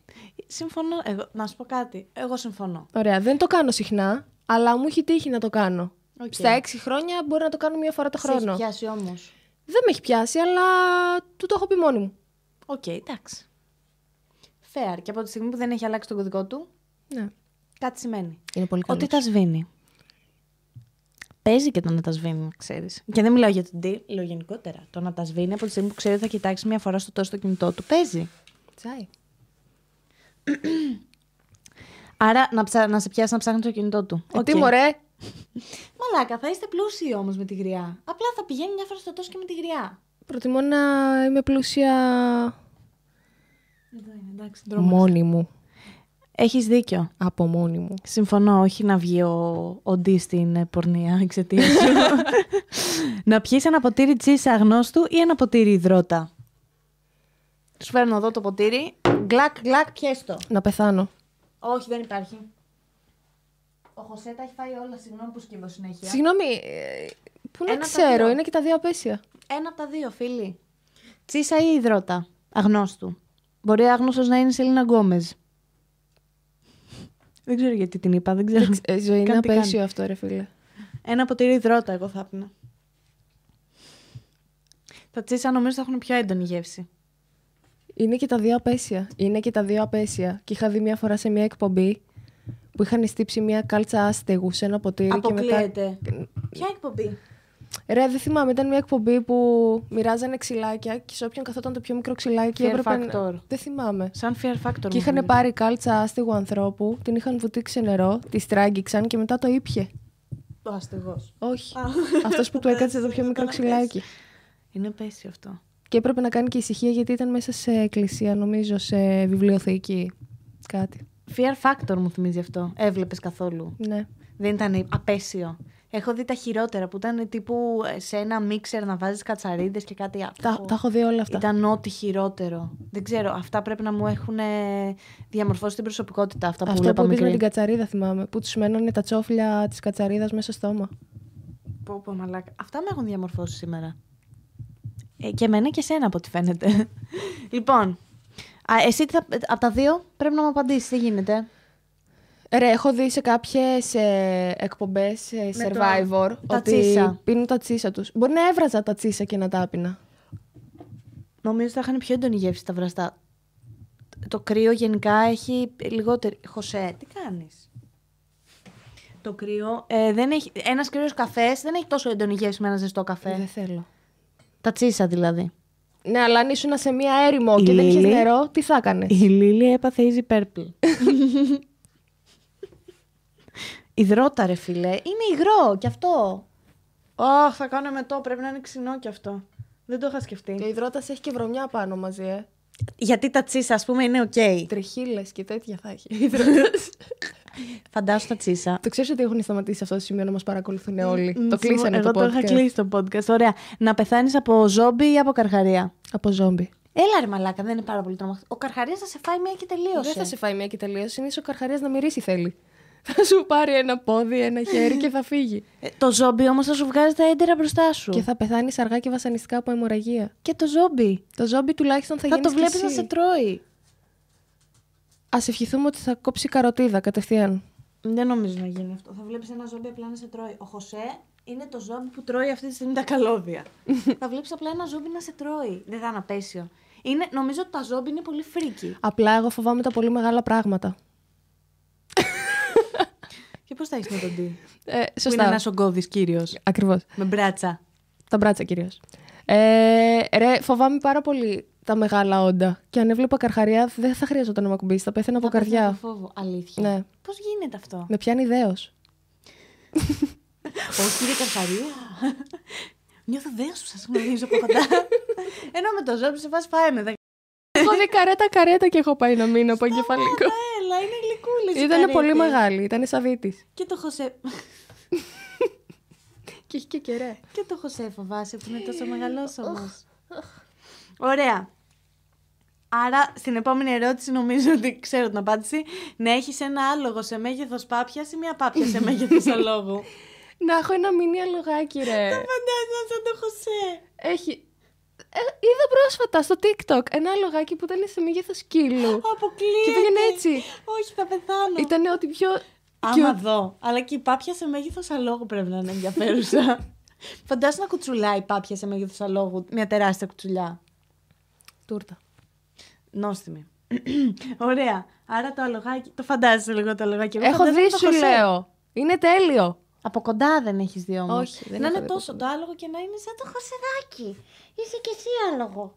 A: Συμφωνώ. Εγώ, να σου πω κάτι. Εγώ συμφωνώ.
B: Ωραία. Δεν το κάνω συχνά, αλλά μου έχει τύχει να το κάνω.
A: Οκ.
B: Στα 6 χρόνια μπορεί να το κάνω μια φορά το
A: Σε
B: χρόνο.
A: έχει πιάσει όμως.
B: Δεν με έχει πιάσει, αλλά του το έχω πει μόνη μου.
A: Οκ, εντάξει. Fair. Και από τη στιγμή που δεν έχει αλλάξει τον κωδικό του,
B: Ναι.
A: κάτι σημαίνει.
B: Είναι πολύ καλό.
A: Ότι τα σβήνει. Παίζει και το να τα σβήνει, ξέρεις. Και δεν μιλάω για τον τι, λέω γενικότερα. Το να τα σβήνει από τη στιγμή που ξέρει ότι θα κοιτάξει μια φορά στο τόσο το κινητό του. Παίζει.
B: Τσάι.
A: Άρα να, ψα... να σε πιάσει να ψάχνει το κινητό του.
B: Ε,
A: Οκ.
B: Τι μωρέ.
A: Μαλάκα, θα είστε πλούσιοι όμως με τη γριά. Απλά θα πηγαίνει μια φορά στο τόσος και με τη γριά.
B: Προτιμώ να είμαι πλούσια
A: Εδώ είναι, εντάξει.
B: μόνη μου.
A: Έχεις δίκιο.
B: Από μόνη μου.
A: Συμφωνώ, όχι να βγει ο, ο Ντί στην ε, πορνεία εξαιτίας *laughs* σου. να πιεις ένα ποτήρι τσίσα αγνώστου ή ένα ποτήρι υδρότα. Σου φέρνω εδώ το ποτήρι. Γκλακ, γκλακ, πιες το.
B: Να πεθάνω.
A: Όχι, δεν υπάρχει. Ο Χωσέ τα έχει φάει όλα, συγγνώμη που σκύβω συνέχεια.
B: Συγγνώμη, ε, πού να
A: Ένα
B: ξέρω,
A: ταχυδρό.
B: είναι και τα δύο απέσια.
A: Ένα από τα δύο, φίλοι. Τσίσα ή υδρότα. Αγνώστου. Μπορεί άγνωστος να είναι η Σελίνα Γκόμεζ. Δεν ξέρω γιατί την είπα, δεν ξέρω.
B: Ε, ζωή είναι
A: Κάνε τι
B: απέσιο αυτό, ρε φίλε.
A: Ένα ποτήρι υδρότα εγώ θα έπινα. Τα τσίσα νομίζω θα έχουν πιο έντονη γεύση.
B: Είναι και τα δύο απέσια. Είναι και τα δύο απέσια. Και είχα δει μια φορά σε μια εκπομπή που είχαν στύψει μια κάλτσα άστεγου σε ένα ποτήρι. Και μετά...
A: Αποκλείεται. Ποια εκπομπή.
B: Ρε, δεν θυμάμαι, ήταν μια εκπομπή που μοιράζανε ξυλάκια και σε όποιον καθόταν το πιο μικρό ξυλάκι
A: Fear
B: έπρεπε. να-
A: Factor.
B: Δεν θυμάμαι.
A: Σαν Fear Factor.
B: Και είχαν πάρει κάλτσα άστιγου ανθρώπου, την είχαν βουτήξει σε νερό, τη στράγγιξαν και μετά το ήπια.
A: Το αστιγό.
B: Όχι.
A: Α. Ναι,
B: Αυτός
A: *laughs*
B: που του έκατσε το πιο μικρό ξυλάκι.
A: Είναι πέσει αυτό.
B: Και έπρεπε να κάνει και ησυχία γιατί ήταν μέσα σε εκκλησία, νομίζω, σε βιβλιοθήκη. Κάτι.
A: Fear Factor μου θυμίζει αυτό. Έβλεπες καθόλου.
B: Ναι.
A: Δεν ήταν απέσιο. Έχω δει τα χειρότερα που ήταν τύπου ε, σε ένα μίξερ να βάζεις κατσαρίδες και κάτι άλλο.
B: Τα, τα έχω δει όλα αυτά.
A: Ήταν ό,τι χειρότερο. Δεν ξέρω. Αυτά πρέπει να μου έχουν ε, διαμορφώσει την προσωπικότητα. Αυτά που
B: Αυτό
A: βλέπα
B: που είπες με
A: μικρή.
B: την κατσαρίδα θυμάμαι. Που τους μένανε τα τσόφλια της κατσαρίδας μέσα στο στόμα.
A: Πω, πω, μαλάκα. Αυτά με έχουν διαμορφώσει σήμερα. Ε, και εμένα και σένα από ό,τι φαίνεται. *laughs* λοιπόν, α, εσύ τι θα, από τα δύο πρέπει να μου απαντήσεις τι γίνεται.
B: Ρε, έχω δει σε κάποιες εκπομπέ
A: Με το-
B: ε, survivor
A: τα
B: ότι
A: τσίσα.
B: πίνουν τα τσίσα τους. Μπορεί να έβραζα τα τσίσα και να τα άπινα.
A: Νομίζω θα είχαν πιο έντονη γεύση τα βραστά. Το κρύο γενικά έχει λιγότερη. Χωσέ, τι κάνεις. Το κρύο. Ε, δεν έχει... Ένας κρύος καφές δεν έχει τόσο έντονη γεύση με ένα ζεστό καφέ.
B: Δεν θέλω.
A: Τα τσίσα δηλαδή.
B: Ναι, αλλά αν ήσουν σε μία έρημο
A: Η
B: και δεν είχες
A: Λίλη-
B: νερό, τι θα έκανες.
A: Λίλη έπαθε easy *laughs* purple. Ιδρώτα, ρε φίλε. Είναι υγρό κι αυτό. Αχ, θα κάνω μετό. Πρέπει να είναι ξινό κι αυτό. Δεν το είχα
B: Και
A: σκεφτεί.
B: ο υδρότα έχει και βρωμιά πάνω μαζί, ε.
A: Γιατί τα τσίσα, ας πούμε, είναι οκ.
B: Τριχύλε και τέτοια θα *laughs* έχει. υδρότας.
A: Φαντάσου τα τσίσα.
B: το ξέρεις ότι έχουν σταματήσει σε αυτό το σημείο να μας παρακολουθούν όλοι.
A: Μ,
B: το
A: θυμώ-
B: κλείσανε
A: Εγώ
B: το
A: το είχα
B: podcast.
A: κλείσει το podcast. Ωραία. Να πεθάνεις από ζόμπι ή από καρχαρία.
B: Από ζόμπι.
A: Έλα ρε μαλάκα, δεν είναι πάρα πολύ τρομακτικό. Ο καρχαρίας θα σε φάει μία και τελείωσε.
B: Δεν θα σε φάει μια και τελείω. Συνήθω ο καρχαρίας να μυρίσει θέλει. *laughs* Θα σου πάρει ένα πόδι, ένα χέρι και θα φύγει.
A: Ε, το ζόμπι όμως θα σου βγάζει τα έντερα μπροστά σου.
B: *laughs* και θα πεθάνεις αργά και βασανιστικά από αιμορραγία.
A: Και το ζόμπι.
B: Το ζόμπι τουλάχιστον θα,
A: Θα,
B: γίνεις
A: το
B: κι
A: βλέπεις να
B: εσύ.
A: σε τρώει.
B: Ας ευχηθούμε ότι θα κόψει καροτίδα κατευθείαν.
A: Δεν νομίζω να γίνει αυτό. Θα βλέπεις ένα ζόμπι απλά να σε τρώει. Ο Χωσέ είναι το ζόμπι που τρώει αυτή τη στιγμή τα *laughs* καλώδια. θα βλέπεις απλά ένα ζόμπι να σε τρώει. Δεν θα είναι απέσιο. Είναι, νομίζω ότι τα ζόμπι είναι πολύ φρίκι.
B: Απλά εγώ φοβάμαι τα πολύ μεγάλα πράγματα.
A: Και πώς θα έχεις με τον *laughs* Τι. Που
B: Ε,
A: είναι
B: σωστά.
A: ένας ογκώδης κύριος. *laughs*
B: Ακριβώς.
A: Με μπράτσα.
B: Τα μπράτσα κυρίως. Ε, ρε, φοβάμαι πάρα πολύ τα μεγάλα όντα. Και αν έβλεπα καρχαρία, δεν θα χρειαζόταν να με ακουμπήσει. Θα πέθαινα από
A: Θα πεθάνω
B: καρδιά.
A: από φόβο. Αλήθεια.
B: Ναι.
A: Πώς γίνεται αυτό.
B: Με πιάνει ιδέω.
A: Ο κύριε Καρχαρία. *laughs* Νιώθω δέος που σας γνωρίζω από
B: *laughs*
A: κοντά. Ενώ με το ζόμπι σε φάση φάε με. δεν-
B: έχω δει καρέτα καρέτα και έχω πάει να μείνω από εγκεφαλικό.
A: Ε, Έλα, είναι γλυκούλες.
B: Ήταν πολύ μεγάλη, ήταν σαβίτη.
A: Και το Χωσέ.
B: Και είχε και κερέ.
A: Και το Χωσέ φοβάσαι που είναι
B: Ε,
A: τόσο μεγάλο όμω. Ωραία. Άρα στην επόμενη ερώτηση νομίζω ότι ξέρω την απάντηση. Να έχεις ένα άλογο σε μέγεθος πάπιας ή μια πάπια σε μέγεθος αλόγου.
B: *laughs* Να έχω ένα μινι αλογάκι, ρε.
A: Φαντάζομαι σαν το Χωσέ.
B: Έχει. Ε, είδα πρόσφατα στο TikTok ένα αλογάκι που ήταν σε μέγεθος σκύλου.
A: Αποκλείεται.
B: Και πήγαινε έτσι.
A: Όχι, θα πεθάνω.
B: Ήταν ό,τι πιο.
A: Άμα δω. Αλλά και η πάπια σε μέγεθος αλόγου πρέπει να είναι ενδιαφέρουσα. *laughs* Φαντάζομαι να κουτσουλάει η πάπια σε μέγεθος αλόγου μια τεράστια κουτσουλιά.
B: Τούρτα.
A: Νόστιμη. *clears throat* Ωραία. Άρα το αλογάκι. Το φαντάζεσαι λίγο το αλογάκι. Εγώ
B: Έχω
A: φαντάζομαι
B: δει,
A: το
B: σου
A: Χωσέ.
B: λέω. Είναι τέλειο.
A: Από κοντά δεν έχεις δει όμως.
B: Όχι, δεν
A: Να
B: έχω
A: είναι
B: δει από
A: τόσο το άλογο και να είναι σαν το χωσεδάκι. Είσαι και εσύ άλογο.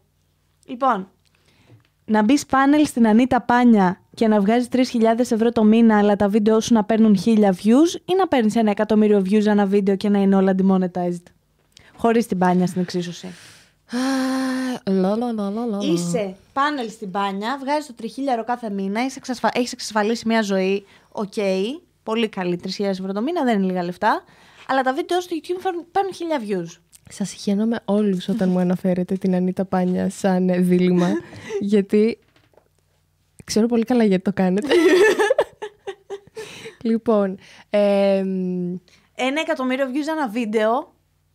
A: Λοιπόν, να μπεις πάνελ στην Ανίτα Πάνια και να βγάζεις 3.000 ευρώ το μήνα, αλλά τα βίντεο σου να παίρνουν 1.000 views ή να παίρνεις ένα εκατομμύριο views ένα βίντεο και να είναι όλα demonetized. Χωρίς την πάνια στην εξίσωση. Είσαι πάνελ στην πάνια, βγάζεις το τριχίλιαρο κάθε μήνα, είσαι εξασφα... έχεις εξασφαλίσει μια ζωή. Οκ, πολύ καλή. 3.000 ευρώ το μήνα δεν είναι λίγα λεφτά. Αλλά τα βίντεο στο YouTube φέρνουν- παίρνουν 1.000 views.
B: Σα χαίρομαι όλους όταν μου αναφέρετε την Ανίτα Πάνια σαν ε, δίλημα. γιατί ξέρω πολύ καλά γιατί το κάνετε. λοιπόν, ε, μ,
A: Ένα εκατομμύριο views για ένα βίντεο,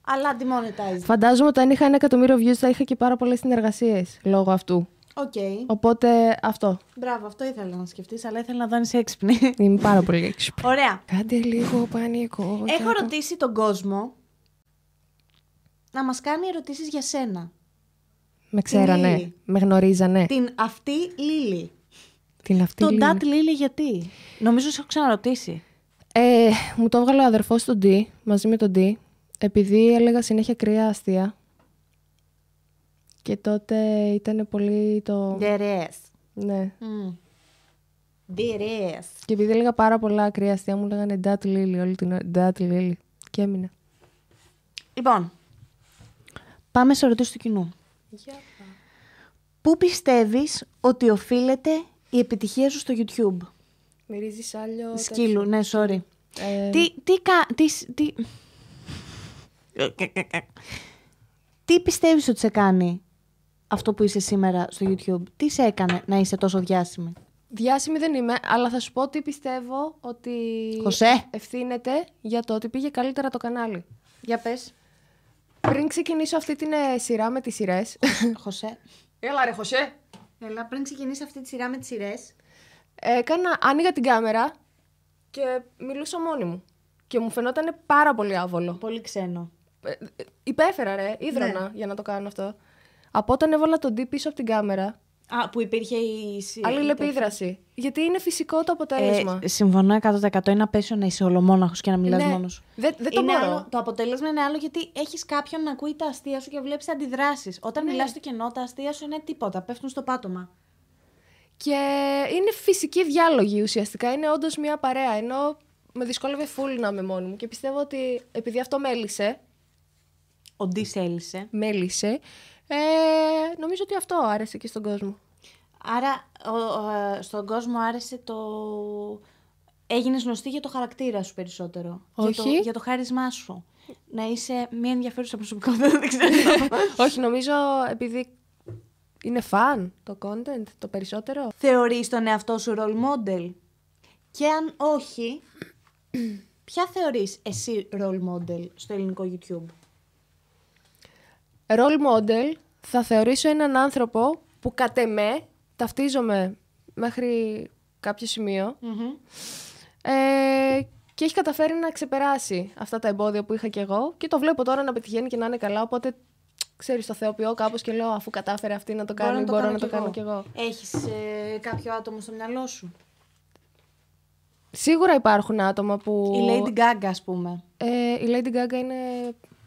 A: αλλά demonetized.
B: φαντάζομαι ότι αν είχα ένα εκατομμύριο views θα είχα και πάρα πολλές συνεργασίες λόγω αυτού.
A: Οκ.
B: Οπότε αυτό.
A: Μπράβο, αυτό ήθελα να σκεφτείς, αλλά ήθελα να δω αν είσαι
B: *laughs*
A: έξυπνη.
B: Είμαι πάρα πολύ έξυπνη.
A: Ωραία.
B: Κάντε λίγο πανικό.
A: Έχω ρωτήσει τον κόσμο να μας κάνει ερωτήσεις για σένα. Την
B: Με ξέρανε.
A: Λίλη.
B: Με γνωρίζανε.
A: Την αυτή Λίλη.
B: Την αυτή.
A: Τον
B: Λίλη.
A: Ντάτ Λίλη γιατί. Νομίζω σε έχω ξαναρωτήσει.
B: Ε, μου το έβγαλε ο αδερφός στον D, μαζί με τον D, επειδή έλεγα συνέχεια κρύα αστεία. Και τότε ήταν πολύ το.
A: Δερές.
B: Ναι.
A: Δερές.
B: Και επειδή έλεγα πάρα πολλά κρύα αστεία, μου λέγανε Ντάτ Λίλι, όλη την ώρα. Ντάτ Λίλι. Και έμεινα.
A: Λοιπόν, πάμε σε ερωτήσεις του κοινού. Πού πιστεύεις ότι οφείλεται η επιτυχία σου στο YouTube.
B: Μυρίζεις άλλο.
A: Σκύλου, ναι, sorry.
B: Ε,
A: Τι, τι, κα, τι, σ- τι... τι πιστεύεις ότι σε κάνει αυτό που είσαι σήμερα στο YouTube. Τι σε έκανε να είσαι τόσο διάσημη.
B: Διάσημη δεν είμαι, αλλά θα σου πω ότι πιστεύω ότι.
A: Χωσέ.
B: Ευθύνεται για το ότι πήγε καλύτερα το κανάλι.
A: Για πες.
B: Πριν ξεκινήσω αυτή την ε, σειρά με τις σειρές.
A: Χωσέ.
B: Έλα ρε Χωσέ.
A: Έλα, πριν ξεκινήσει αυτή τη σειρά με τις σειρές.
B: Έκανα, άνοιγα την κάμερα και μιλούσα μόνη μου. Και μου φαινόταν πάρα πολύ άβολο.
A: Πολύ ξένο.
B: Ε, ε, Υπέφερα ρε, ίδρωνα για να το κάνω αυτό. Από όταν έβαλα τον τύπο πίσω από την κάμερα,
A: Α, που υπήρχε η. σι-
B: αλληλεπίδραση. Γιατί είναι φυσικό το αποτέλεσμα.
A: Ε, συμφωνώ 100% είναι απέσιο να είσαι ολομόναχος και να μιλάς
B: Ναι.
A: μόνος σου.
B: Δεν, δεν το
A: είναι
B: μπορώ.
A: άλλο- το αποτέλεσμα είναι άλλο γιατί έχεις κάποιον να ακούει τα αστεία σου και βλέπεις αντιδράσεις.
B: Ναι.
A: Όταν μιλάς μιλάς στο κενό, τα αστεία σου είναι τίποτα. Πέφτουν στο πάτωμα.
B: Και είναι φυσική διάλογοι ουσιαστικά. Είναι όντως μια παρέα. Ενώ με δυσκόλευε φούλη να είμαι μόνη μου. Και πιστεύω ότι επειδή αυτό μέλησε,
A: Ο Ντί έλυσε.
B: μέλησε ε, νομίζω ότι αυτό άρεσε και στον κόσμο.
A: Άρα ο, ο, ε, στον κόσμο άρεσε το. Έγινε γνωστή για το χαρακτήρα σου περισσότερο. Για το,
B: Όχι.
A: για το χάρισμά σου. Να είσαι μια ενδιαφέρουσα προσωπικότητα, *laughs* δεν
B: *laughs*
A: ξέρω.
B: Όχι, νομίζω επειδή είναι φαν το content το περισσότερο.
A: Θεωρείς τον εαυτό σου role model. Και αν όχι, ποια θεωρείς εσύ role model στο ελληνικό YouTube.
B: Role model θα θεωρήσω έναν άνθρωπο που κατ' εμέ ταυτίζομαι μέχρι κάποιο σημείο Ε, και έχει καταφέρει να ξεπεράσει αυτά τα εμπόδια που είχα και εγώ και το βλέπω τώρα να πετυχαίνει και να είναι καλά. Οπότε ξέρεις, το θεοποιώ κάπως και λέω αφού κατάφερε αυτή να το κάνει, μπορώ να το, κάνω κι εγώ.
A: Έχεις ε, κάποιο άτομο στο μυαλό σου.
B: Σίγουρα υπάρχουν άτομα που.
A: Η Lady Gaga, ας πούμε.
B: Ε, η Lady Gaga είναι.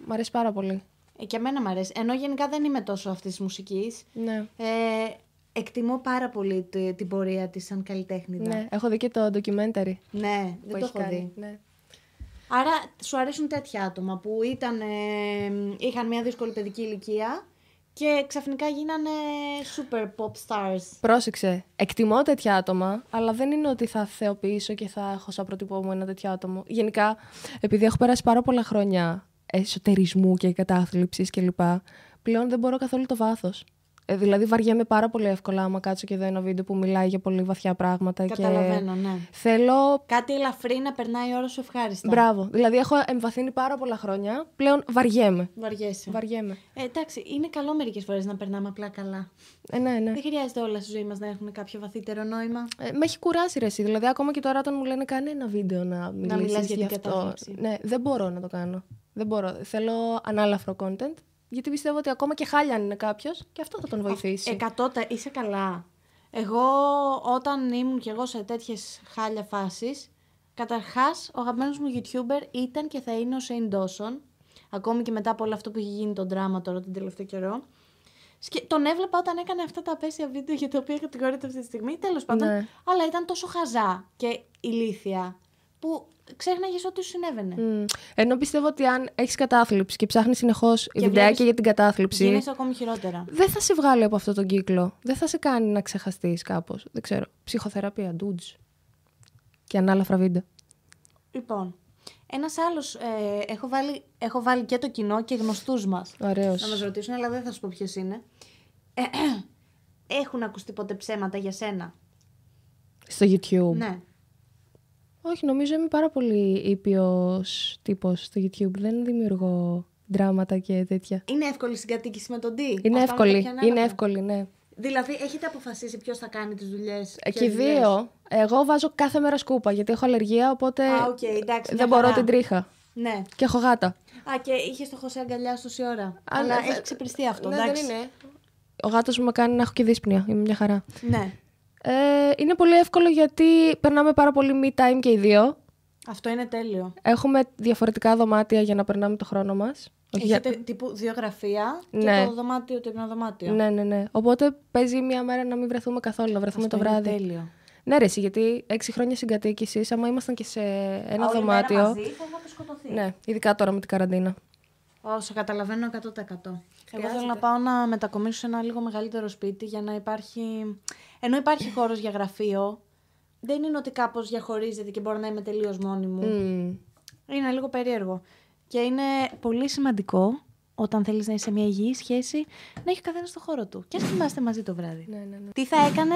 B: Μ' αρέσει πάρα πολύ.
A: Ε, και εμένα μου αρέσει. Ενώ γενικά δεν είμαι τόσο αυτής της μουσικής.
B: Ναι.
A: Ε, εκτιμώ πάρα πολύ τη- την πορεία της σαν καλλιτέχνηδα.
B: ναι. Έχω δει και το documentary
A: Ναι, δεν
B: που
A: το
B: έχει
A: έχω
B: κάνει.
A: δει.
B: Ναι.
A: Άρα σου αρέσουν τέτοια άτομα που ήταν, ε, είχαν μια δύσκολη παιδική ηλικία και ξαφνικά γίνανε super pop stars.
B: Πρόσεξε. Εκτιμώ τέτοια άτομα, αλλά δεν είναι ότι θα θεοποιήσω και θα έχω σαν πρότυπό μου ένα τέτοιο άτομο. Γενικά, επειδή έχω περάσει πάρα πολλά χρόνια εσωτερισμού και κατάθλιψης κλπ., πλέον δεν μπορώ καθόλου το βάθος. Ε, δηλαδή, βαριέμαι πάρα πολύ εύκολα άμα κάτσω και δω ένα βίντεο που μιλάει για πολύ βαθιά πράγματα.
A: Καταλαβαίνω,
B: Και...
A: ναι.
B: Θέλω
A: Κάτι ελαφρύ να περνάει η ώρα σου ευχάριστα.
B: Μπράβο. Δηλαδή, έχω εμβαθύνει πάρα πολλά χρόνια. Πλέον βαριέμαι.
A: Ναι. Βαριέσαι.
B: Βαριέμαι.
A: Ε, εντάξει, είναι καλό μερικές φορές να περνάμε απλά καλά.
B: Ε, ναι, ναι.
A: Δεν χρειάζεται όλα στη ζωή μας να έχουν κάποιο βαθύτερο νόημα.
B: Ε, με έχει κουράσει ρε εσύ. Δηλαδή, ακόμα και τώρα όταν μου λένε κάνε ένα βίντεο να μιλήσεις
A: μιλάς για την
B: αυτό».
A: κατάθλιψη.
B: Ναι, δεν μπορώ να το κάνω. Δεν μπορώ. Θέλω ανάλαφρο content. Γιατί πιστεύω ότι ακόμα και χάλια αν είναι κάποιος και αυτό θα τον βοηθήσει.
A: ε, Εκατότα, είσαι καλά. Εγώ όταν ήμουν κι εγώ σε τέτοιες χάλια φάσεις, καταρχάς ο αγαπημένος μου YouTuber ήταν και θα είναι ο Shane Dawson, ακόμη και μετά από όλο αυτό που έχει γίνει το δράμα τώρα τον τελευταίο καιρό. Σκε- Τον έβλεπα όταν έκανε αυτά τα απέσια βίντεο για τα οποία κατηγορείται αυτή τη στιγμή, τέλος πάντων,
B: Ναι.
A: αλλά ήταν τόσο χαζά και ηλίθια που ξέχναγες ό,τι σου συνέβαινε.
B: Μμ. Ενώ πιστεύω ότι αν έχεις κατάθλιψη και ψάχνεις συνεχώς βιντεάκια
A: βλέπεις-
B: για την κατάθλιψη.
A: Γίνεσαι ακόμη χειρότερα.
B: Δεν θα σε βγάλει από αυτό τον κύκλο. Δεν θα σε κάνει να ξεχαστείς κάπως. Δεν ξέρω. Ψυχοθεραπεία, ντούτζ. Και ανάλαφρα βίντεο.
A: Λοιπόν, ένας άλλος, ε, έχω, βάλει, έχω βάλει και το κοινό και γνωστούς μας.
B: Ωραίος.
A: Να μας ρωτήσουν, αλλά δεν θα σου πω ποιος είναι. Ε, Έχουν ακουστεί ποτέ ψέματα για σένα.
B: Στο YouTube.
A: Ναι.
B: Όχι, νομίζω είμαι πάρα πολύ ήπιος τύπος στο YouTube. Δεν δημιουργώ δράματα και τέτοια.
A: Είναι εύκολη συγκατοίκηση με τον D. Ας
B: Είναι
A: πάμε
B: εύκολη.
A: κάποια
B: Είναι
A: ανάλογα.
B: εύκολη, ναι.
A: Δηλαδή, έχετε αποφασίσει ποιος θα κάνει τις δουλειές.
B: Ε, Και οι δύο. Εγώ βάζω κάθε μέρα σκούπα γιατί έχω αλλεργία, οπότε
A: Α, οκ, εντάξει,
B: δεν
A: μια
B: μπορώ
A: χαρά.
B: την τρίχα.
A: Ναι.
B: Και έχω γάτα.
A: Α, και είχες το Χωσέ αγκαλιά τόση ώρα. αλλά
B: δε-
A: έχει ξεπριστεί αυτό.
B: ε, Ναι,
A: εντάξει.
B: δεν είναι. Ο γάτος μου με κάνει να έχω και δύσπνοια. Είμαι μια χαρά.
A: Ναι.
B: Ε, είναι πολύ εύκολο γιατί περνάμε πάρα πολύ me time και οι δύο.
A: Αυτό είναι τέλειο.
B: Έχουμε διαφορετικά δωμάτια για να περνάμε το χρόνο μας. Όχι για-
A: Έχετε τύπου δύο γραφεία
B: Ναι.
A: και το δωμάτιο, το υπνοδωμάτιο.
B: Ναι, ναι, ναι. Οπότε παίζει μία μέρα να μην βρεθούμε καθόλου, να βρεθούμε
A: Αυτό
B: το
A: είναι
B: βράδυ.
A: Τέλειο.
B: Ναι, ρε, εσύ, γιατί έξι χρόνια συγκατοίκησης, άμα ήμασταν και σε ένα
A: Όλη μέρα
B: δωμάτιο.
A: Μαζί, θα είχατε σκοτωθεί.
B: Ναι, ειδικά τώρα με την καραντίνα.
A: Όσο καταλαβαίνω 100%. Εγώ θέλω να πάω να μετακομίσω σε ένα λίγο μεγαλύτερο σπίτι για να υπάρχει. Ενώ υπάρχει χώρος για γραφείο, δεν είναι ότι κάπως διαχωρίζεται και μπορώ να είμαι τελείως μόνη μου.
B: Μμμ.
A: Είναι λίγο περίεργο. Και είναι πολύ σημαντικό όταν θέλεις να είσαι σε μια υγιή σχέση να έχει ο καθένας το χώρο του. Και ας κοιμάστε μαζί το βράδυ.
B: Ναι, ναι, ναι.
A: Τι θα έκανες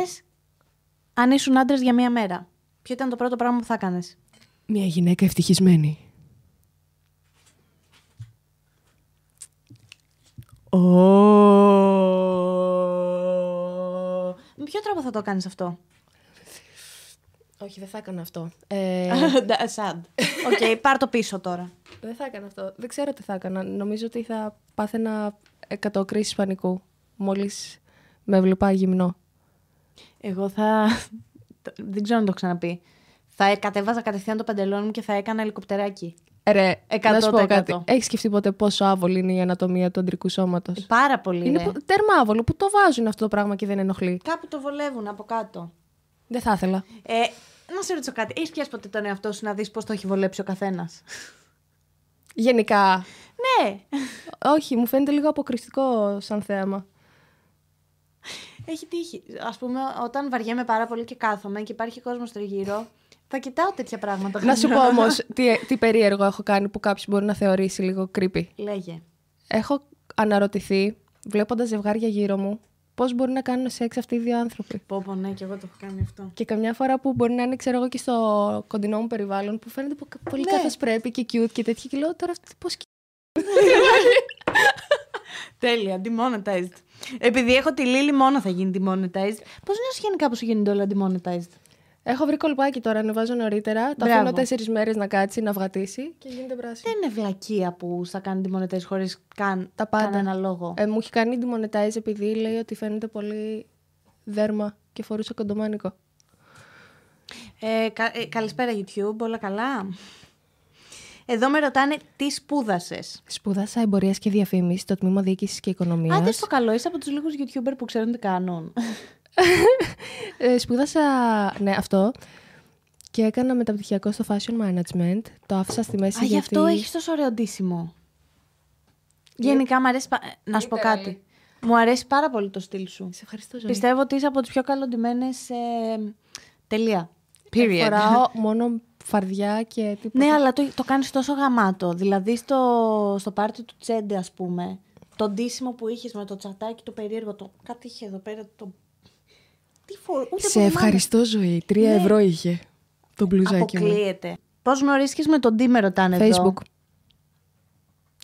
A: αν ήσουν άντρας για μία μέρα. Ποιο ήταν το πρώτο πράγμα που θα έκανες.
B: Μια γυναίκα ευτυχισμένη.
A: Ω. Με ποιο τρόπο θα το κάνεις αυτό.
B: Όχι, δεν θα έκανα αυτό.
A: *laughs*
B: Ε,
A: Ντα- Sad. *laughs* Οκ, πάρ το πίσω τώρα.
B: δεν θα έκανα αυτό. Δεν ξέρω τι θα έκανα. Νομίζω ότι θα πάθαινα εκατοκρίσεις πανικού. Μόλις με βλέπα γυμνό.
A: Εγώ θα... το- Δεν ξέρω αν το έχω ξαναπεί. Θα ε, κατέβαζα κατευθείαν το παντελόνι μου και θα έκανα ελικοπτεράκι.
B: Ρε, να σου πω
A: 100%.
B: κάτι. Έχεις σκεφτεί ποτέ πόσο άβολη είναι η ανατομία του αντρικού σώματος.
A: Πάρα πολύ.
B: Είναι
A: ρε.
B: πο- τέρμα άβολο που το βάζουν αυτό το πράγμα και δεν ενοχλεί.
A: Κάπου το βολεύουν από κάτω.
B: Δεν θα ήθελα.
A: Ε, να σε ρωτήσω κάτι. Έχεις πιάσει ποτέ τον εαυτό σου να δεις πώς το έχει βολέψει ο καθένας.
B: Γενικά.
A: ναι.
B: Όχι, μου φαίνεται λίγο αποκριστικό σαν θέμα.
A: *laughs* Έχει τύχει. Ας πούμε, όταν βαριέμαι πάρα πολύ και κάθομαι και υπάρχει κόσμος τριγύρω, θα κοιτάω τέτοια πράγματα.
B: Να σου πω όμως *laughs* τι, τι περίεργο έχω κάνει που κάποιος μπορεί να θεωρήσει λίγο creepy.
A: Λέγε.
B: Έχω αναρωτηθεί, βλέποντας ζευγάρια γύρω μου, πώς μπορεί να κάνουν σεξ αυτοί οι δύο άνθρωποι.
A: Πω, πω, ναι, και εγώ το έχω κάνει αυτό.
B: Και καμιά φορά που μπορεί να είναι, ξέρω εγώ, και στο κοντινό μου περιβάλλον, που φαίνεται πο- πολύ
A: Ναι.
B: καθώς πρέπει και cute και τέτοια. Και λέω τώρα αυτή πώς.
A: Τέλεια, demonetized. Επειδή έχω τη Λίλη, μόνο θα γίνει demonetized. Πώς νιώθεις γενικά που σου γίνονται όλα demonetized.
B: Έχω βρει κολπάκι τώρα, ανεβάζω νωρίτερα. Το
A: Μπράβο.
B: αφήνω τέσσερις μέρες να κάτσει, να βγατήσει και γίνεται πράσινο.
A: Δεν είναι βλακεία που θα κάνει demonetized χωρίς καν
B: Τα πάντα.
A: κανένα λόγο.
B: Ε, μου έχει κάνει demonetize επειδή λέει ότι φαίνεται πολύ δέρμα και φορούσε κοντομάνικο.
A: Ε, κα- ε, καλησπέρα YouTube, όλα καλά. Εδώ με ρωτάνε τι σπούδασες.
B: Σπούδασα εμπορίας και διαφήμισης στο τμήμα διοίκησης και οικονομίας.
A: Άντε στο καλό, είσαι από τους λίγους YouTuber που ξέρουν τι *laughs* κάνουν.
B: Ε, σπούδασα, ναι, αυτό. Και έκανα μεταπτυχιακό στο fashion management. Το άφησα στη μέση
A: Α, γι'
B: γιατί...
A: αυτό έχεις τόσο ωραίο ντύσιμο. Γενικά μου αρέσει. πα- ε, Να σου πω
B: Literally.
A: κάτι. Μου αρέσει πάρα πολύ το στυλ σου.
B: Σε ευχαριστώ, Ζωή.
A: Πιστεύω ότι είσαι από τις πιο καλοντημένες ε, τελεία. Period.
B: Φοράω *laughs* μόνο φαρδιά και τίποτα.
A: *laughs* Ναι, αλλά το, το κάνεις τόσο γαμάτο. Δηλαδή στο, στο πάρτι του Τσέντε, ας πούμε, το ντύσιμο που είχες με το τσατάκι το περίεργο, το κάτι είχε εδώ πέρα, το... Τι φο... ούτε Ναι.
B: Σε ευχαριστώ, Ζωή. Τρία ευρώ είχε το μπλουζάκι μου.
A: Αποκλείεται. Πώς γνωρίστηκες με τον Ντί, με ρωτάνε εδώ.
B: Facebook.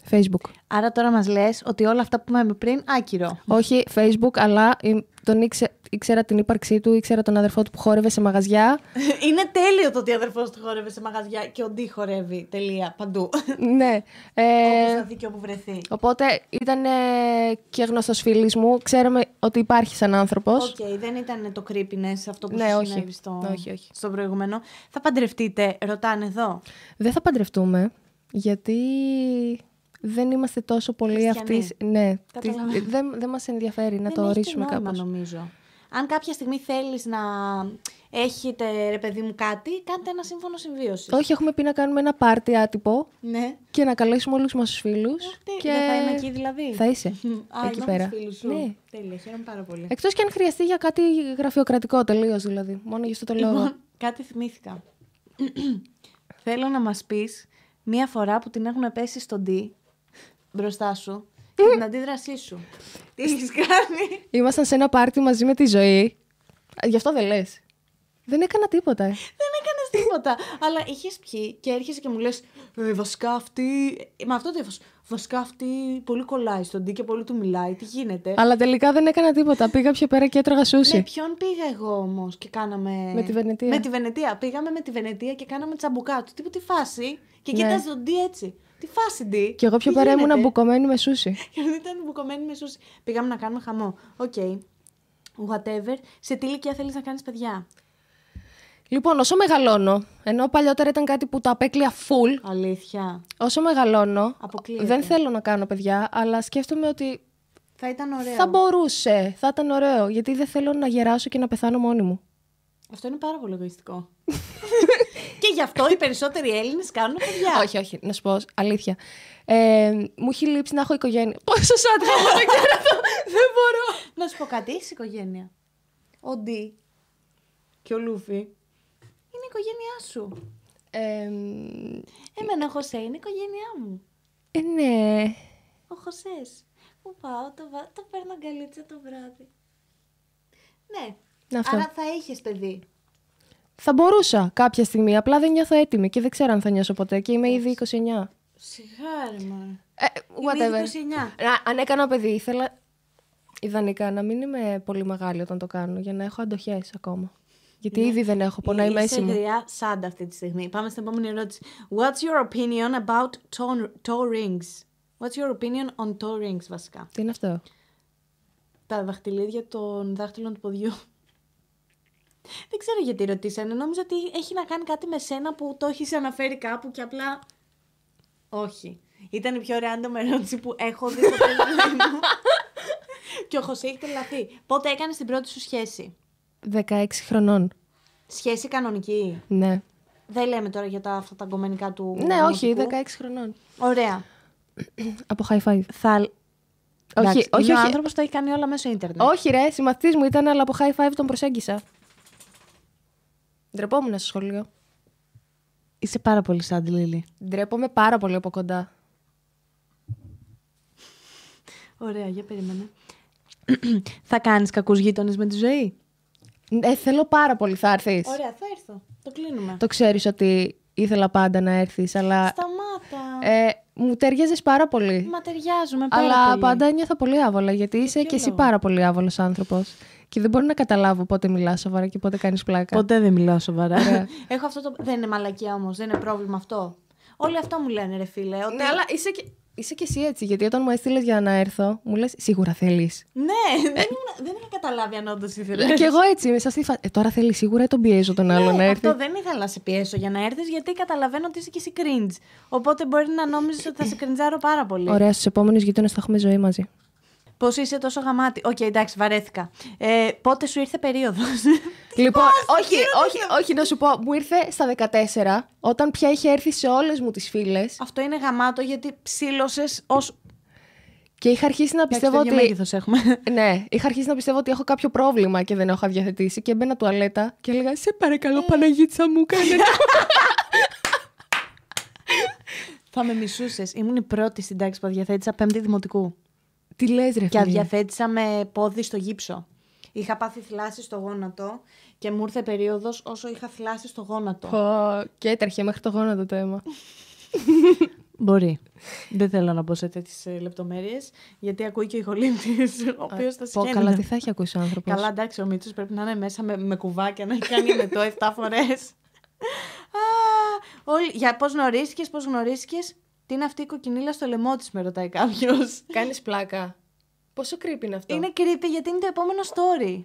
B: Facebook.
A: Άρα τώρα μας λες ότι όλα αυτά που είπαμε πριν, άκυρο.
B: Όχι Facebook, αλλά ε, τον ήξε- ήξερα την ύπαρξή του, ήξερα τον αδερφό του που χόρευε σε μαγαζιά.
A: *laughs* Είναι τέλειο το ότι ο αδερφός του χορεύει σε μαγαζιά και ο Ντί χορεύει τελεία παντού.
B: ναι.
A: *laughs* Όποιος
B: Ε,
A: θα δει και όπου βρεθεί.
B: οπότε ήταν ε, και γνωστός φίλης μου. Ξέραμε ότι υπάρχει σαν άνθρωπος.
A: Οκ, δεν ήταν το creepiness αυτό που
B: Ναι,
A: σου
B: όχι.
A: συνέβη στο...
B: Όχι, όχι.
A: στο προηγούμενο. Θα παντρευτείτε, ρωτάνε εδώ.
B: Δεν θα παντρευτούμε, γιατί δεν είμαστε τόσο πολύ
A: Χριστιανοί.
B: αυτής. Ναι, της-
A: Καταλαβαίνω.
B: δεν, δεν μας ενδιαφέρει να
A: Δεν
B: το
A: έχει
B: ορίσουμε
A: νόημα,
B: κάπως.
A: νομίζω. Αν κάποια στιγμή θέλεις να έχετε, ρε παιδί μου, κάτι, κάντε ένα σύμφωνο συμβίωσης.
B: Όχι, έχουμε πει να κάνουμε ένα πάρτι άτυπο
A: Ναι.
B: και να καλέσουμε όλους μας τους φίλους.
A: Τι,
B: και...
A: Δεν θα είμαι εκεί δηλαδή.
B: Θα είσαι.
A: Α,
B: Ε, εκεί
A: είμαι
B: πέρα.
A: φίλους σου.
B: Ναι. Ε,
A: Τέλεια, χαίρομαι πάρα πολύ.
B: Εκτός και αν χρειαστεί για κάτι γραφειοκρατικό τελείως δηλαδή. Μόνο γι' αυτό
A: *laughs*
B: το λόγο.
A: Λοιπόν, κάτι θυμήθηκα. Θέλω να μας πεις μία φορά που την έχουν πέσει στον D μπροστά σου και
B: Ε.
A: την αντίδρασή σου. Τι έχεις κάνει.
B: Ήμασταν σε ένα πάρτι μαζί με τη ζωή. Α, Γι' αυτό δεν λες. Δεν έκανα τίποτα. ε.
A: Δεν έκανες τίποτα. Αλλά είχες πιει και έρχεσαι και μου λες: ε, Βασικά αυτή. ε, Με αυτό το ύφο. Βασικά αυτή πολύ κολλάει στον D και πολύ του μιλάει. Τι γίνεται.
B: Αλλά τελικά δεν έκανα τίποτα. Πήγα πιο πέρα και έτρωγα σούσι.
A: Με ποιον πήγα εγώ όμως και κάναμε.
B: Με τη Βενετία.
A: Με τη Βενετία. Πήγαμε με τη Βενετία και κάναμε τσαμπουκά του. Τύπου τη φάση. Και
B: Ναι.
A: κοίταζε τον D έτσι. Τι φάση D.
B: Και εγώ πιο
A: Τι
B: πέρα ήμουν
A: γίνεται?
B: μπουκωμένη με σούσι.
A: Και όταν ήταν μπουκωμένη με σούσι. Πήγαμε να κάνουμε χαμό. Οκ. Whatever. Σε τι ηλικία θέλεις να κάνεις παιδιά.
B: Λοιπόν, όσο μεγαλώνω, ενώ παλιότερα ήταν κάτι που το απέκλεια full,
A: Αλήθεια.
B: όσο μεγαλώνω,
A: Αποκλείεται.
B: δεν θέλω να κάνω παιδιά, αλλά σκέφτομαι ότι
A: Θα ήταν ωραίο.
B: θα μπορούσε, θα ήταν ωραίο, γιατί δεν θέλω να γεράσω και να πεθάνω μόνη μου.
A: Αυτό είναι πάρα πολύ εγωιστικό. και γι' αυτό οι περισσότεροι Έλληνες κάνουν παιδιά.
B: Όχι, όχι, να σου πω αλήθεια. Ε, μου έχει λείψει να έχω οικογένεια. Πόσο άντρα μου δεν ξέρω το- δεν μπορώ.
A: Να σου πω κάτι, είσαι οικογένεια. Ο Ντι και ο Λούφι είναι η οικογένειά σου.
B: Ε,
A: Εμένα ο Χωσέ είναι η οικογένειά μου.
B: ε, ναι.
A: Ο Χωσές. Που πάω, το, βα... το παίρνω αγκαλίτσα το βράδυ. Ναι.
B: Αυτό.
A: Άρα θα είχες παιδί.
B: Θα μπορούσα κάποια στιγμή, απλά δεν νιώθω έτοιμη και δεν ξέρω αν θα νιώσω ποτέ και είμαι ήδη 29.
A: Σιγάρι, μωρέ.
B: Ε,
A: Είναι
B: whatever.
A: 29.
B: Να, αν έκανα παιδί, ήθελα ιδανικά να μην είμαι πολύ μεγάλη όταν το κάνω για να έχω αντοχές ακόμα. Γιατί ήδη δεν έχω, πονάει η μέση
A: Είσαι
B: μου.
A: γριά σάντα αυτή τη στιγμή. Πάμε στην επόμενη ερώτηση. What's your opinion about toe, toe rings? What's your opinion on toe rings, βασικά.
B: Τι είναι αυτό.
A: Τα δαχτυλίδια των δάχτυλων του ποδιού. *laughs* Δεν ξέρω γιατί ρωτήσανε. Νόμιζα ότι έχει να κάνει κάτι με σένα που το έχεις αναφέρει κάπου και απλά. Όχι. Ήταν η πιο random ερώτηση που έχω δει στο παιδί
B: *laughs*
A: μου. και ο Χωσέ έχει τρελαθεί. Πότε έκανε την πρώτη σου σχέση.
B: 16 χρονών.
A: Σχέση κανονική.
B: Ναι.
A: Δεν λέμε τώρα για τα, αυτά τα αγκομενικά του.
B: Ναι, όχι,
A: δημοτικού.
B: 16 χρονών.
A: Ωραία.
B: Από high five.
A: Θα...
B: Όχι, όχι,
A: Ο
B: όχι.
A: άνθρωπος το έχει κάνει όλα μέσω Ιντερνετ.
B: Όχι, ρε, συμμαθητή μου ήταν, αλλά από high five τον προσέγγισα. Ντρεπόμουν στο σχολείο.
A: Είσαι πάρα πολύ σαν τη Λίλη.
B: Ντρέπομαι πάρα πολύ από κοντά.
A: Ωραία, για περίμενε. *clears throat* θα κάνεις κακούς γείτονες με τη ζωή.
B: Ε, θέλω πάρα πολύ, θα έρθεις.
A: Ωραία, θα έρθω. Το κλείνουμε.
B: Το ξέρεις ότι ήθελα πάντα να έρθεις, αλλά.
A: Σταμάτα.
B: Ε, μου ταιριάζεις πάρα πολύ.
A: Μα ταιριάζουμε πάρα
B: Αλλά
A: πολύ. Ε,
B: πάντα νιώθω πολύ άβολα, γιατί είσαι
A: ποιο
B: και εσύ
A: λόγο?
B: πάρα πολύ άβολος άνθρωπος. Και δεν μπορώ να καταλάβω πότε μιλάς σοβαρά και πότε κάνεις πλάκα.
A: Ποτέ δεν μιλάω σοβαρά.
B: Ωραία.
A: Ε, Έχω αυτό το. Δεν είναι μαλακία όμως, δεν είναι πρόβλημα αυτό. Όλοι αυτό μου λένε, ρε φίλε. Ότι...
B: Ναι, αλλά είσαι και, είσαι και εσύ έτσι, γιατί όταν μου έστειλες για να έρθω, μου λες σίγουρα θέλεις.
A: Ναι, δεν, ήμουν- δεν είχα καταλάβει αν όντως ήθελες.
B: και εγώ έτσι είμαι σε αυτή τη φα- Ε, τώρα θέλεις σίγουρα ή τον πιέζω τον άλλο να
A: Ναι,
B: έρθει.
A: Αυτό δεν ήθελα να σε πιέσω για να έρθεις, γιατί καταλαβαίνω ότι είσαι και εσύ cringe. Οπότε μπορεί να νόμιζες ότι θα σε κριντζάρω πάρα πολύ.
B: Ωραία, στους επόμενους γείτονες θα έχουμε ζωή μαζί.
A: Πώς είσαι τόσο γαμάτι. Οκ, εντάξει, βαρέθηκα. Ε, πότε σου ήρθε περίοδος.
B: *laughs* Λοιπόν, όχι, όχι, όχι, να σου πω, μου ήρθε στα 14, όταν πια είχε έρθει σε όλες μου τις φίλες
A: Αυτό είναι γαμάτο γιατί ψήλωσες ως.
B: και είχα αρχίσει να πιστεύω ότι.
A: έχουμε.
B: *laughs*
A: *laughs*
B: Ναι, είχα αρχίσει να πιστεύω ότι έχω κάποιο πρόβλημα και δεν έχω αδιαθετήσει και μπαίνα τουαλέτα και έλεγα «Σε παρακαλώ
A: Ε.
B: Παναγίτσα
A: *laughs*
B: μου κάνε το».
A: Θα με μισούσες. Ήμουν η πρώτη στην τάξη που αδιαθέτησα πέμπτη δημοτικού.
B: Τι λες ρε
A: Και
B: φίλε.
A: αδιαθέτησα με πόδι στο γύψο. Είχα πάθει θλάση στο γόνατο και μου ήρθε περίοδος όσο είχα θλάση στο γόνατο.
B: Πω, Και έτρεχε μέχρι το γόνατο το αίμα.
A: Μπορεί. Δεν θέλω να μπω σε τέτοιες λεπτομέρειες, γιατί ακούει και η χολύπτη, ο οποίο θα
B: Πω
A: σκέφτεται.
B: καλά τι θα έχει ακούσει ο άνθρωπος.
A: Καλά, εντάξει, ο Μίτσος πρέπει να είναι μέσα με, με κουβάκια να έχει κάνει με το 7 φορέ.
B: *laughs*
A: Όλοι, για πώς γνωρίστηκες, πώς γνωρίστηκες. Τι είναι αυτή η κοκκινίλα στο λαιμό της, με ρωτάει κάποιος.
B: Κάνεις πλάκα. Πόσο creepy είναι αυτό.
A: είναι creepy γιατί είναι το επόμενο story.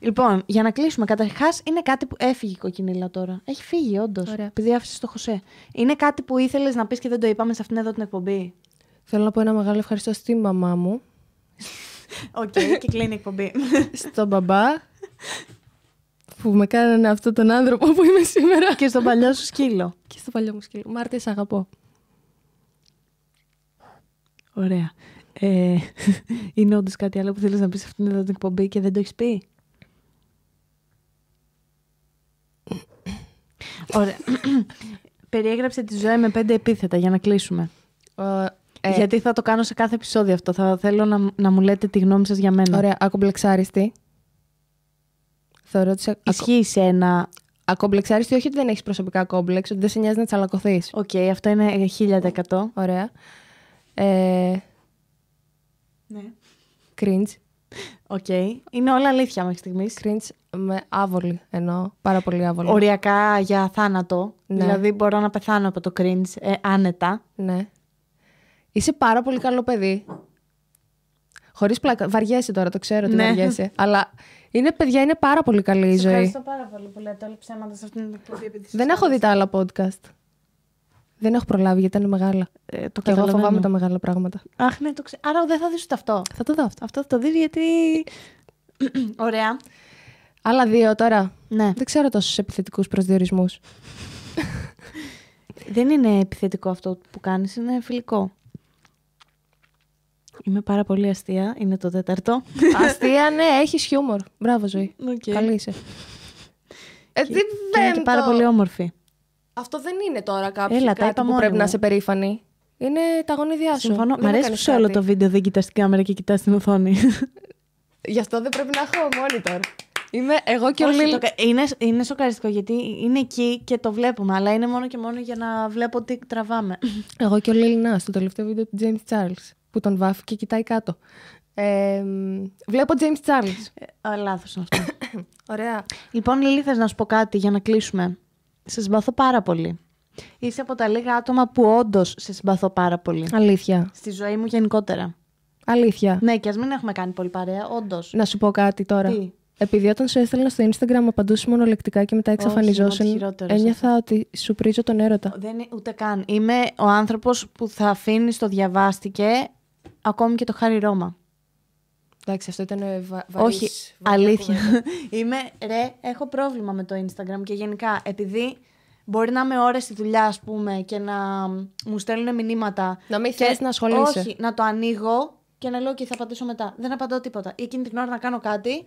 A: Λοιπόν, για να κλείσουμε, καταρχάς είναι κάτι που. Έφυγε η κοκκινίλα τώρα. Έχει φύγει, όντως.
B: Ωραία.
A: Επειδή άφησες το Χωσέ. Είναι κάτι που ήθελες να πεις και δεν το είπαμε σε αυτήν εδώ την εκπομπή.
B: Θέλω να πω ένα μεγάλο ευχαριστώ στη μαμά μου,
A: Οκ, και κλείνει η εκπομπή.
B: στον μπαμπά, που με κάνανε αυτόν τον άνθρωπο που είμαι σήμερα.
A: *laughs* και στον παλιό σου σκύλο.
B: Και στο παλιό μου σκύλο. Μάρτε, σ' αγαπώ.
A: Ωραία. Ε, *laughs* είναι όντως κάτι άλλο που θέλεις να πεις σε αυτήν εδώ την εκπομπή και δεν το έχεις πει. Ωραία. *coughs* Περιέγραψε τη ζωή με πέντε επίθετα για να κλείσουμε.
B: Ε,
A: Γιατί θα το κάνω σε κάθε επεισόδιο αυτό. Θα θέλω να, να μου λέτε τη γνώμη σας για μένα.
B: Ωραία, ακομπλεξάριστη. Θεωρώ ότι σε... ακο-
A: Ισχύει σε ένα.
B: ακομπλεξάριστη, όχι ότι δεν έχεις προσωπικά κόμπλεξ, ότι δεν σε νοιάζει να τσαλακωθείς.
A: Οκ, αυτό είναι 1000%.
B: Ωραία. Ε,
A: Ναι.
B: cringe.
A: Οκ. Είναι όλα αλήθεια μέχρι στιγμής.
B: Cringe με άβολη εννοώ. Πάρα πολύ άβολη.
A: Οριακά για θάνατο.
B: Ναι.
A: Δηλαδή μπορώ να πεθάνω από το cringe ε, άνετα.
B: Ναι. Είσαι πάρα πολύ καλό παιδί. Χωρίς πλάκα. Βαριέσαι τώρα, το ξέρω ότι
A: Ναι.
B: βαριέσαι. Αλλά είναι παιδιά, είναι πάρα πολύ καλή η
A: Σε
B: ζωή.
A: ευχαριστώ πάρα πολύ που λέτε όλα ψέματα σε αυτήν την εκπομπή. επειδή σας
B: Δεν έχω δει τα άλλα podcast. Δεν έχω προλάβει γιατί ήταν μεγάλα.
A: Ε, το
B: Και εγώ
A: καταλαβαίνω.
B: φοβάμαι τα μεγάλα πράγματα.
A: Αχ, ναι, το ξέρω. Άρα δεν θα δεις ούτε
B: *clears throat*
A: αυτό.
B: Θα το δω αυτό.
A: Αυτό θα το δεις γιατί... Ωραία.
B: Άλλα δύο τώρα.
A: Ναι.
B: Δεν ξέρω τόσους επιθετικούς προσδιορισμούς.
A: *laughs* Δεν είναι επιθετικό αυτό που κάνεις, είναι φιλικό. Είμαι πάρα πολύ αστεία. Είναι το τέταρτο.
B: Αστεία, ναι, έχεις χιούμορ. Μπράβο, ζωή.
A: Οκ.
B: Καλή είσαι. Ε, τι
A: Και είναι και
B: δεν
A: πάρα
B: το-
A: πολύ όμορφη.
B: Αυτό δεν είναι τώρα κάποιο
A: Έλα, τα είπα
B: κάτι που
A: μόνη
B: πρέπει
A: μου.
B: να είσαι περήφανη. Είναι τα γονίδια σου.
A: Συμφωνώ.
B: Δεν
A: Μ' αρέσει που
B: έκανες
A: σε όλο
B: κάτι.
A: *laughs* το βίντεο δεν κοιτάς την κάμερα και κοιτάς την οθόνη.
B: Γι' αυτό δεν πρέπει να έχω monitor. Είμαι εγώ και ο
A: Όχι,
B: Λίλ.
A: το κα- είναι, είναι σοκαριστικό γιατί είναι εκεί και το βλέπουμε, αλλά είναι μόνο και μόνο για να βλέπω τι τραβάμε.
B: Εγώ και ο Lil Nas στο τελευταίο βίντεο του James Charles που τον βάφει και κοιτάει κάτω. Ε, μ, βλέπω James Charles.
A: Ε, Λάθο *laughs* αυτό.
B: Ωραία.
A: λοιπόν, Λίλη, θες να σου πω κάτι για να κλείσουμε. Σε συμπαθώ πάρα πολύ. Είσαι από τα λίγα άτομα που όντως σε συμπαθώ πάρα πολύ.
B: Αλήθεια.
A: Στη ζωή μου γενικότερα.
B: Αλήθεια.
A: Ναι, και ας μην έχουμε κάνει πολύ παρέα, όντως.
B: Να σου πω κάτι τώρα.
A: Τι?
B: Επειδή όταν σου έστελνα στο Instagram απαντούσες μονολεκτικά και μετά
A: είμαι
B: εξαφανιζόσουν,
A: χειρότερος
B: ένιωθα ότι σου πρίζω τον έρωτα.
A: Δεν είναι ούτε καν. Είμαι ο άνθρωπος που θα αφήνεις το διαβάστηκε ακόμη και το χάρι Ρώμα.
B: Εντάξει, αυτό ήταν ε, βα-
A: Όχι,
B: βαρύς- βαριά
A: αλήθεια.
B: κουβέντα.
A: *laughs* είμαι, ρε, έχω πρόβλημα με το Instagram και γενικά επειδή μπορεί να είμαι ώρες στη δουλειά, ας πούμε, και να μου στέλνουν μηνύματα.
B: Να μην
A: και-
B: θες να ασχολείσαι.
A: Όχι, να το ανοίγω και να λέω και θα απαντήσω μετά. Δεν απαντώ τίποτα. Ή εκείνη την ώρα να κάνω κάτι.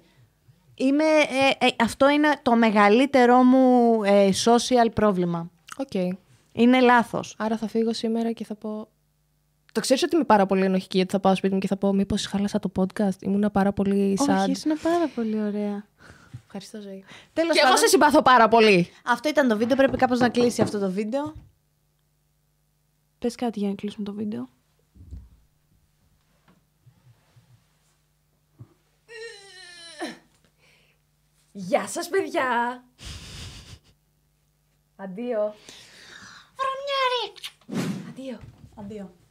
A: Είμαι, ε, ε, αυτό είναι το μεγαλύτερό μου ε, social πρόβλημα.
B: Οκ.
A: Είναι λάθος.
B: Άρα θα φύγω σήμερα και θα πω. Το ξέρεις ότι είμαι πάρα πολύ ενοχική γιατί θα πάω σπίτι μου και θα πω Μήπως χάλασα το podcast. Ήμουνα πάρα πολύ sad.
A: Όχι, ήσουν πάρα πολύ ωραία.
B: Ευχαριστώ, Ζωή.
A: Τέλος
B: Και εγώ σε συμπαθώ πάρα πολύ.
A: Αυτό ήταν το βίντεο, πρέπει κάπως να κλείσει αυτό το βίντεο. Πες κάτι για να κλείσουμε το βίντεο.
B: Γεια σας παιδιά! Αντίο.
A: Βρωμιάρι!
B: Αντίο.
A: Αντίο.